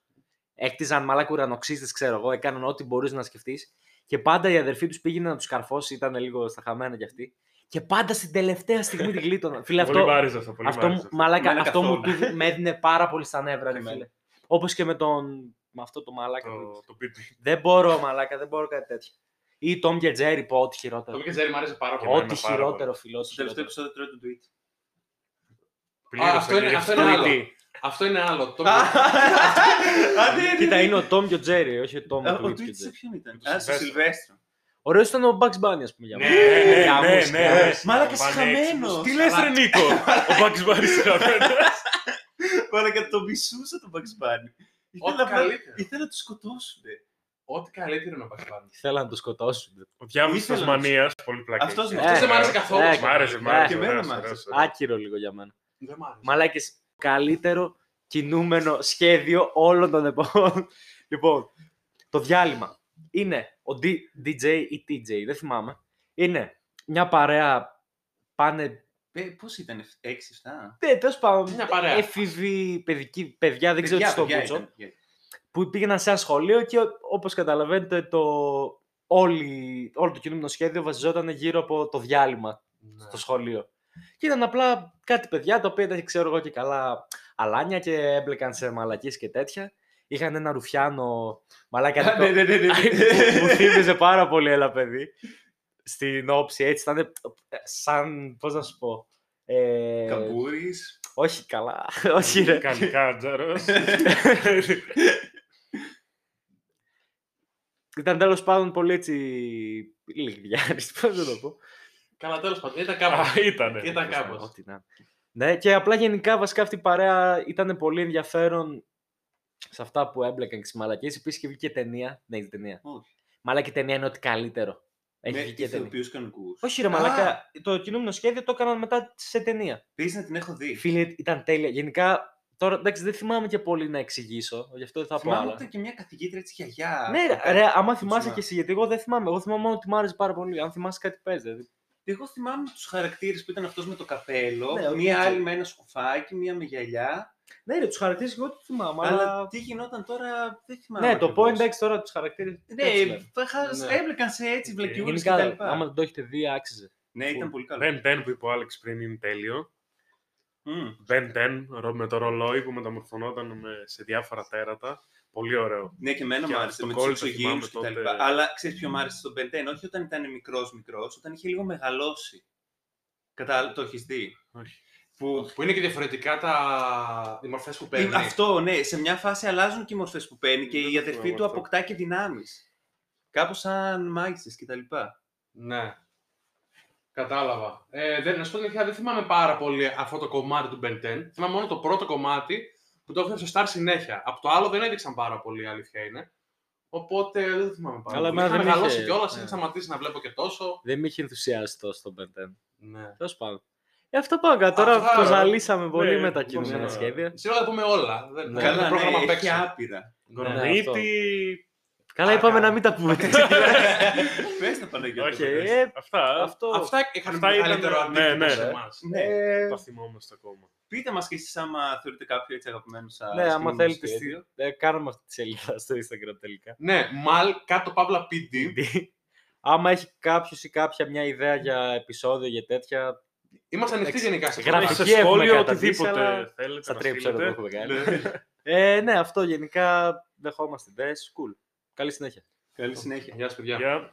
[SPEAKER 3] έκτιζαν μαλάκ ουρανοξύστες, ξέρω εγώ, έκαναν ό,τι μπορείς να σκεφτείς και πάντα η αδερφή τους πήγαινε να τους καρφώσει, ήταν λίγο στα χαμένα κι αυτή. Και πάντα στην τελευταία στιγμή την γλίτωναν. Φίλε,
[SPEAKER 1] Πολύ
[SPEAKER 3] αυτό,
[SPEAKER 1] βάριζε αυτό. Πολύ
[SPEAKER 3] αυτό, μου-
[SPEAKER 1] βάριζε αυτό. Ναι,
[SPEAKER 3] μαλάκα,
[SPEAKER 4] Εμένα
[SPEAKER 3] αυτό μου
[SPEAKER 4] καθόλου.
[SPEAKER 3] του- με έδινε πάρα πολύ στα νεύρα, ρε
[SPEAKER 4] Εμένα.
[SPEAKER 3] φίλε. Όπως και με τον... Με αυτό το μαλάκα. που
[SPEAKER 1] Το,
[SPEAKER 3] είπες.
[SPEAKER 1] το Beat Beat.
[SPEAKER 3] Δεν μπορώ, μαλάκα, δεν μπορώ κάτι τέτοιο. Ή Tom και Jerry, πω ό,τι χειρότερο.
[SPEAKER 2] Το και Τζέρι μου άρεσε πάρα πολύ.
[SPEAKER 1] εμένα
[SPEAKER 3] Ό,τι
[SPEAKER 1] πάρα
[SPEAKER 3] χειρότερο, φίλο.
[SPEAKER 4] Στο τελευταίο επεισόδιο τρώει τον tweet.
[SPEAKER 1] Πλήρωσε
[SPEAKER 2] αυτό είναι-
[SPEAKER 1] και
[SPEAKER 2] αυτό
[SPEAKER 1] αυτό.
[SPEAKER 2] είναι άλλο. Αυτό είναι άλλο. Το...
[SPEAKER 3] Κοίτα, είναι ο Tom και ο Jerry, όχι ο Tom
[SPEAKER 4] Α, Ο
[SPEAKER 3] ο
[SPEAKER 4] tweet
[SPEAKER 3] και ο
[SPEAKER 4] σε
[SPEAKER 3] Jerry.
[SPEAKER 4] ποιον ήταν.
[SPEAKER 1] το
[SPEAKER 4] Α, στο
[SPEAKER 1] Σιλβέστρο.
[SPEAKER 4] Σιλβέστρο.
[SPEAKER 3] Ωραίος ήταν ο Bugs Bunny, ας πούμε, για
[SPEAKER 1] Ναι,
[SPEAKER 3] μένα.
[SPEAKER 1] ναι,
[SPEAKER 3] Για
[SPEAKER 1] ναι,
[SPEAKER 3] μουσική,
[SPEAKER 1] ναι,
[SPEAKER 3] για
[SPEAKER 1] ναι.
[SPEAKER 3] μουσική.
[SPEAKER 4] Μαλάκα, είσαι
[SPEAKER 1] Πανέξυπνος.
[SPEAKER 4] χαμένος.
[SPEAKER 1] Τι λες ρε Νίκο, ο Bugs Bunny είσαι χαμένος.
[SPEAKER 4] Μαλάκα, το μισούσα τον Bugs Bunny. Ήθελα
[SPEAKER 2] Ό,τι
[SPEAKER 4] να βγάλει-
[SPEAKER 2] καλύτερο.
[SPEAKER 4] Ήθελα να του σκοτώσουν.
[SPEAKER 2] Ό,τι καλύτερο να πας πάνω.
[SPEAKER 3] Θέλαν να το σκοτώσουν.
[SPEAKER 1] Ο διάβολος
[SPEAKER 4] Ήθελα
[SPEAKER 1] της
[SPEAKER 4] να-
[SPEAKER 1] μανίας, πολύ πλάκα.
[SPEAKER 4] Αυτός
[SPEAKER 1] έχει.
[SPEAKER 4] μου.
[SPEAKER 2] Αυτός δεν μ' άρεσε
[SPEAKER 3] ε,
[SPEAKER 2] καθόλου.
[SPEAKER 3] ε,
[SPEAKER 2] σαν
[SPEAKER 1] Μ' άρεσε, μ'
[SPEAKER 2] παιδί.
[SPEAKER 1] άρεσε.
[SPEAKER 4] Και εμένα
[SPEAKER 1] ωραίος,
[SPEAKER 4] μ' άρεσε.
[SPEAKER 1] ωραίος, ωραίος.
[SPEAKER 3] Άκυρο λίγο για μένα.
[SPEAKER 2] Δεν μ' άρεσε.
[SPEAKER 3] Μαλάκες, καλύτερο κινούμενο σχέδιο όλων των εποχών. λοιπόν, το διάλειμμα είναι ο D- DJ ή TJ, δεν θυμάμαι. Είναι μια παρέα, πάνε,
[SPEAKER 4] Πώς ήταν, 6-7.
[SPEAKER 3] ε, τέλος πάντων,
[SPEAKER 2] Μια παρέα.
[SPEAKER 3] έφηβοι, παιδικοί, παιδιά, δεν ξέρω τι στο πούτσο,
[SPEAKER 4] Ήταν
[SPEAKER 3] που πήγαιναν σε ένα σχολείο και ό- όπως καταλαβαίνετε το... Όλη, όλο το κινούμενο σχέδιο βασιζόταν γύρω από το διάλειμμα
[SPEAKER 2] Ναι.
[SPEAKER 3] στο σχολείο. Και ήταν απλά κάτι παιδιά τα οποία ήταν, ξέρω εγώ και καλά αλάνια και έμπλεκαν σε μαλακίες και τέτοια. Είχαν ένα ρουφιάνο μαλάκα το-
[SPEAKER 4] Ναι, ναι, ναι, ναι, ναι.
[SPEAKER 3] που- που θύμιζε πάρα πολύ ένα παιδί. Στην όψη έτσι ήταν ε, σαν, πώς να σου πω, ε,
[SPEAKER 4] Καμπούρη.
[SPEAKER 3] όχι καλά, όχι ρε.
[SPEAKER 1] Κανικά, Τζάρος.
[SPEAKER 3] Ήταν τέλος πάντων πολύ έτσι λιγδιάρης, πώς να το πω.
[SPEAKER 2] Καλά, τέλος πάντων. Ήταν
[SPEAKER 1] Α, ε.
[SPEAKER 2] κάπου.
[SPEAKER 1] Ήτανε.
[SPEAKER 2] Ήταν
[SPEAKER 3] Ναι,
[SPEAKER 2] κάπως.
[SPEAKER 3] Ό,τι να. Ναι, και απλά γενικά βασικά αυτή η παρέα ήταν πολύ ενδιαφέρον σε αυτά που έμπλεκαν και στις μαλακίες. Επίσης και βγήκε ταινία. Ναι, έχει ταινία.
[SPEAKER 4] Όχι. Ναι,
[SPEAKER 3] Μαλάκα η ταινία είναι ό,τι καλύτερο. Έχει
[SPEAKER 4] Με
[SPEAKER 3] βγει και ταινία.
[SPEAKER 4] ηθοποιούς κανονικούς.
[SPEAKER 3] Όχι ρε μαλάκα, το κινούμενο σχέδιο το έκαναν μετά σε ταινία.
[SPEAKER 4] Πει να την έχω
[SPEAKER 3] Η
[SPEAKER 4] δει.
[SPEAKER 3] φίλη ήταν τέλεια. Γενικά, τώρα εντάξει δεν θυμάμαι και πολύ να εξηγήσω, γι' αυτό δεν θα πω
[SPEAKER 4] Θυμάμαι ότι
[SPEAKER 3] άλλα.
[SPEAKER 4] ήταν και μια καθηγήτρια έτσι γιαγιάς.
[SPEAKER 3] Ναι,
[SPEAKER 4] που
[SPEAKER 3] ρε,
[SPEAKER 4] έκανε-
[SPEAKER 3] ρε, άμα
[SPEAKER 4] που
[SPEAKER 3] θυμάσαι
[SPEAKER 4] θυμάμαι.
[SPEAKER 3] και εσύ, γιατί εγώ δεν θυμάμαι. Εγώ θυμάμαι μόνο ότι μ' άρεσε πάρα πολύ. Αν θυμάσαι κάτι πες, δηλαδή.
[SPEAKER 4] Εγώ θυμάμαι τους χαρακτήρες που ήταν αυτός με το καπέλο,
[SPEAKER 3] Ναι, ο
[SPEAKER 4] μία
[SPEAKER 3] DJ.
[SPEAKER 4] άλλη με ένα σκουφάκι, μία με γυαλιά.
[SPEAKER 3] Ναι, ρε, τους χαρακτήρες εγώ το θυμάμαι.
[SPEAKER 4] Αλλά
[SPEAKER 3] Αλλά...
[SPEAKER 4] τι γινόταν τώρα, δεν θυμάμαι.
[SPEAKER 3] Ναι, το
[SPEAKER 4] ακριβώς.
[SPEAKER 3] point εντάξει τώρα τους χαρακτήρες.
[SPEAKER 4] Ναι, φάχα-
[SPEAKER 2] Ναι.
[SPEAKER 4] έμπλεκαν σε έτσι
[SPEAKER 1] Οκ.
[SPEAKER 4] βλακιούρε και τα
[SPEAKER 3] Γενικά, άμα
[SPEAKER 4] λοιπά.
[SPEAKER 3] δεν το έχετε δει, άξιζε.
[SPEAKER 4] Ναι, ήταν πολύ καλό.
[SPEAKER 1] Ben 10 που είπε ο Άλεξ πριν είναι τέλειο.
[SPEAKER 4] Μμμ.
[SPEAKER 1] Ben 10 ρο- με το ρολόι που μεταμορφωνόταν με- σε διάφορα τέρατα. Πολύ ωραίο.
[SPEAKER 4] Ναι, και εμένα
[SPEAKER 1] Και
[SPEAKER 4] μου άρεσε
[SPEAKER 1] αυτό
[SPEAKER 4] με του
[SPEAKER 1] κόλλησα,
[SPEAKER 4] εξωγήινου και τα
[SPEAKER 1] θυμάμαι
[SPEAKER 4] λοιπά.
[SPEAKER 1] τότε.
[SPEAKER 4] Αλλά ξέρεις ποιο μου άρεσε στον Πεντέν, όχι όταν ήταν μικρός μικρός, όταν είχε λίγο μεγαλώσει. Κατάλαβε, το έχεις δει.
[SPEAKER 1] Όχι.
[SPEAKER 4] Που...
[SPEAKER 2] Που είναι και διαφορετικά τα... οι μορφές που παίρνει.
[SPEAKER 4] Αυτό, ναι, σε μια φάση αλλάζουν και οι μορφές που παίρνει και
[SPEAKER 1] Δεν
[SPEAKER 4] η
[SPEAKER 1] το
[SPEAKER 4] αδερφή
[SPEAKER 1] θυμάμαι
[SPEAKER 4] του
[SPEAKER 1] αυτό.
[SPEAKER 4] αποκτά και δυνάμεις. Κάπως σαν Μάιξε και τα λοιπά.
[SPEAKER 2] Ναι. Κατάλαβα. Ε, δεν, να σου πω την αλήθεια, δεν θυμάμαι πάρα πολύ αυτό το κομμάτι του Ben 10. Θυμάμαι μόνο το πρώτο κομμάτι που το έφερε στο Star συνέχεια. Από το άλλο δεν έδειξαν πάρα πολύ, η αλήθεια είναι. Οπότε δεν θυμάμαι πάρα
[SPEAKER 3] Καλά,
[SPEAKER 2] πολύ.
[SPEAKER 3] εμένα
[SPEAKER 2] Είχα
[SPEAKER 3] δεν
[SPEAKER 2] μεγαλώσει
[SPEAKER 3] είχε,
[SPEAKER 2] κιόλας,
[SPEAKER 3] ναι.
[SPEAKER 2] είχα σταματήσει να βλέπω και τόσο.
[SPEAKER 3] Δεν με είχε ενθουσιάσει τόσο τον Πεντέν.
[SPEAKER 2] Ναι.
[SPEAKER 3] Τέλος πάντων. Ε, αυτό πάμε καλά. Τώρα
[SPEAKER 2] Αυτά,
[SPEAKER 3] το
[SPEAKER 2] ρε.
[SPEAKER 3] ζαλίσαμε πολύ
[SPEAKER 1] Ναι,
[SPEAKER 3] με τα
[SPEAKER 1] ναι.
[SPEAKER 3] κινούμενα σχέδια.
[SPEAKER 2] Σήμερα θα πούμε όλα. Δεν
[SPEAKER 3] Ναι.
[SPEAKER 2] ναι.
[SPEAKER 4] Καλά,
[SPEAKER 2] πρόγραμμα Ναι.
[SPEAKER 4] ναι,
[SPEAKER 2] απ'
[SPEAKER 4] έχει
[SPEAKER 2] έξω.
[SPEAKER 4] άπειρα.
[SPEAKER 3] αυτό.
[SPEAKER 1] Κορονίτη.
[SPEAKER 3] Καλά,
[SPEAKER 2] Α,
[SPEAKER 3] είπαμε
[SPEAKER 2] καλά.
[SPEAKER 3] να μην τα πούμε.
[SPEAKER 4] Πες τα Παναγιώτη.
[SPEAKER 1] Όχι,
[SPEAKER 3] Οκ,
[SPEAKER 1] δεν-
[SPEAKER 3] ε,
[SPEAKER 1] Αυτά.
[SPEAKER 3] Αυτό.
[SPEAKER 2] Αυτά είχαν
[SPEAKER 1] Αυτά ήταν-
[SPEAKER 2] μεγαλύτερο
[SPEAKER 1] ναι,
[SPEAKER 2] αντίκτυπο
[SPEAKER 1] ναι.
[SPEAKER 2] σε εμάς.
[SPEAKER 4] Ναι.
[SPEAKER 1] Τα θυμόμαστε ακόμα.
[SPEAKER 4] Πείτε μας κι εσείς άμα θεωρείτε κάποιο έτσι αγαπημένο σας.
[SPEAKER 3] Ναι, άμα
[SPEAKER 4] κινούμενο
[SPEAKER 3] θέλετε.
[SPEAKER 4] σχέδιο.
[SPEAKER 3] στη- ε, Κάνουμε αυτή τη σελίδα στο Instagram τελικά.
[SPEAKER 2] Ναι, μαλ κάτω παύλα PD.
[SPEAKER 3] Άμα έχει κάποιος ή κάποια μια ιδέα για επεισόδιο για τέτοια.
[SPEAKER 2] Είμαστε ανοιχτοί γενικά σε
[SPEAKER 3] Γράφει
[SPEAKER 2] κομμάτια.
[SPEAKER 1] σε
[SPEAKER 3] εκεί έχουμε
[SPEAKER 1] σχόλιο,
[SPEAKER 3] κατατήσει,
[SPEAKER 1] οτιδήποτε
[SPEAKER 3] αλλά
[SPEAKER 1] θέλετε
[SPEAKER 3] Στα
[SPEAKER 1] να
[SPEAKER 3] τρία επεισόδια που
[SPEAKER 1] στείλετε.
[SPEAKER 3] έχουμε
[SPEAKER 4] Ναι.
[SPEAKER 3] κάνει.
[SPEAKER 2] Ναι.
[SPEAKER 3] Ε, Ναι, αυτό γενικά δεχόμαστε ιδέε. Cool. Καλή συνέχεια.
[SPEAKER 4] Καλή συνέχεια.
[SPEAKER 2] Γεια σας παιδιά.
[SPEAKER 1] Γεια.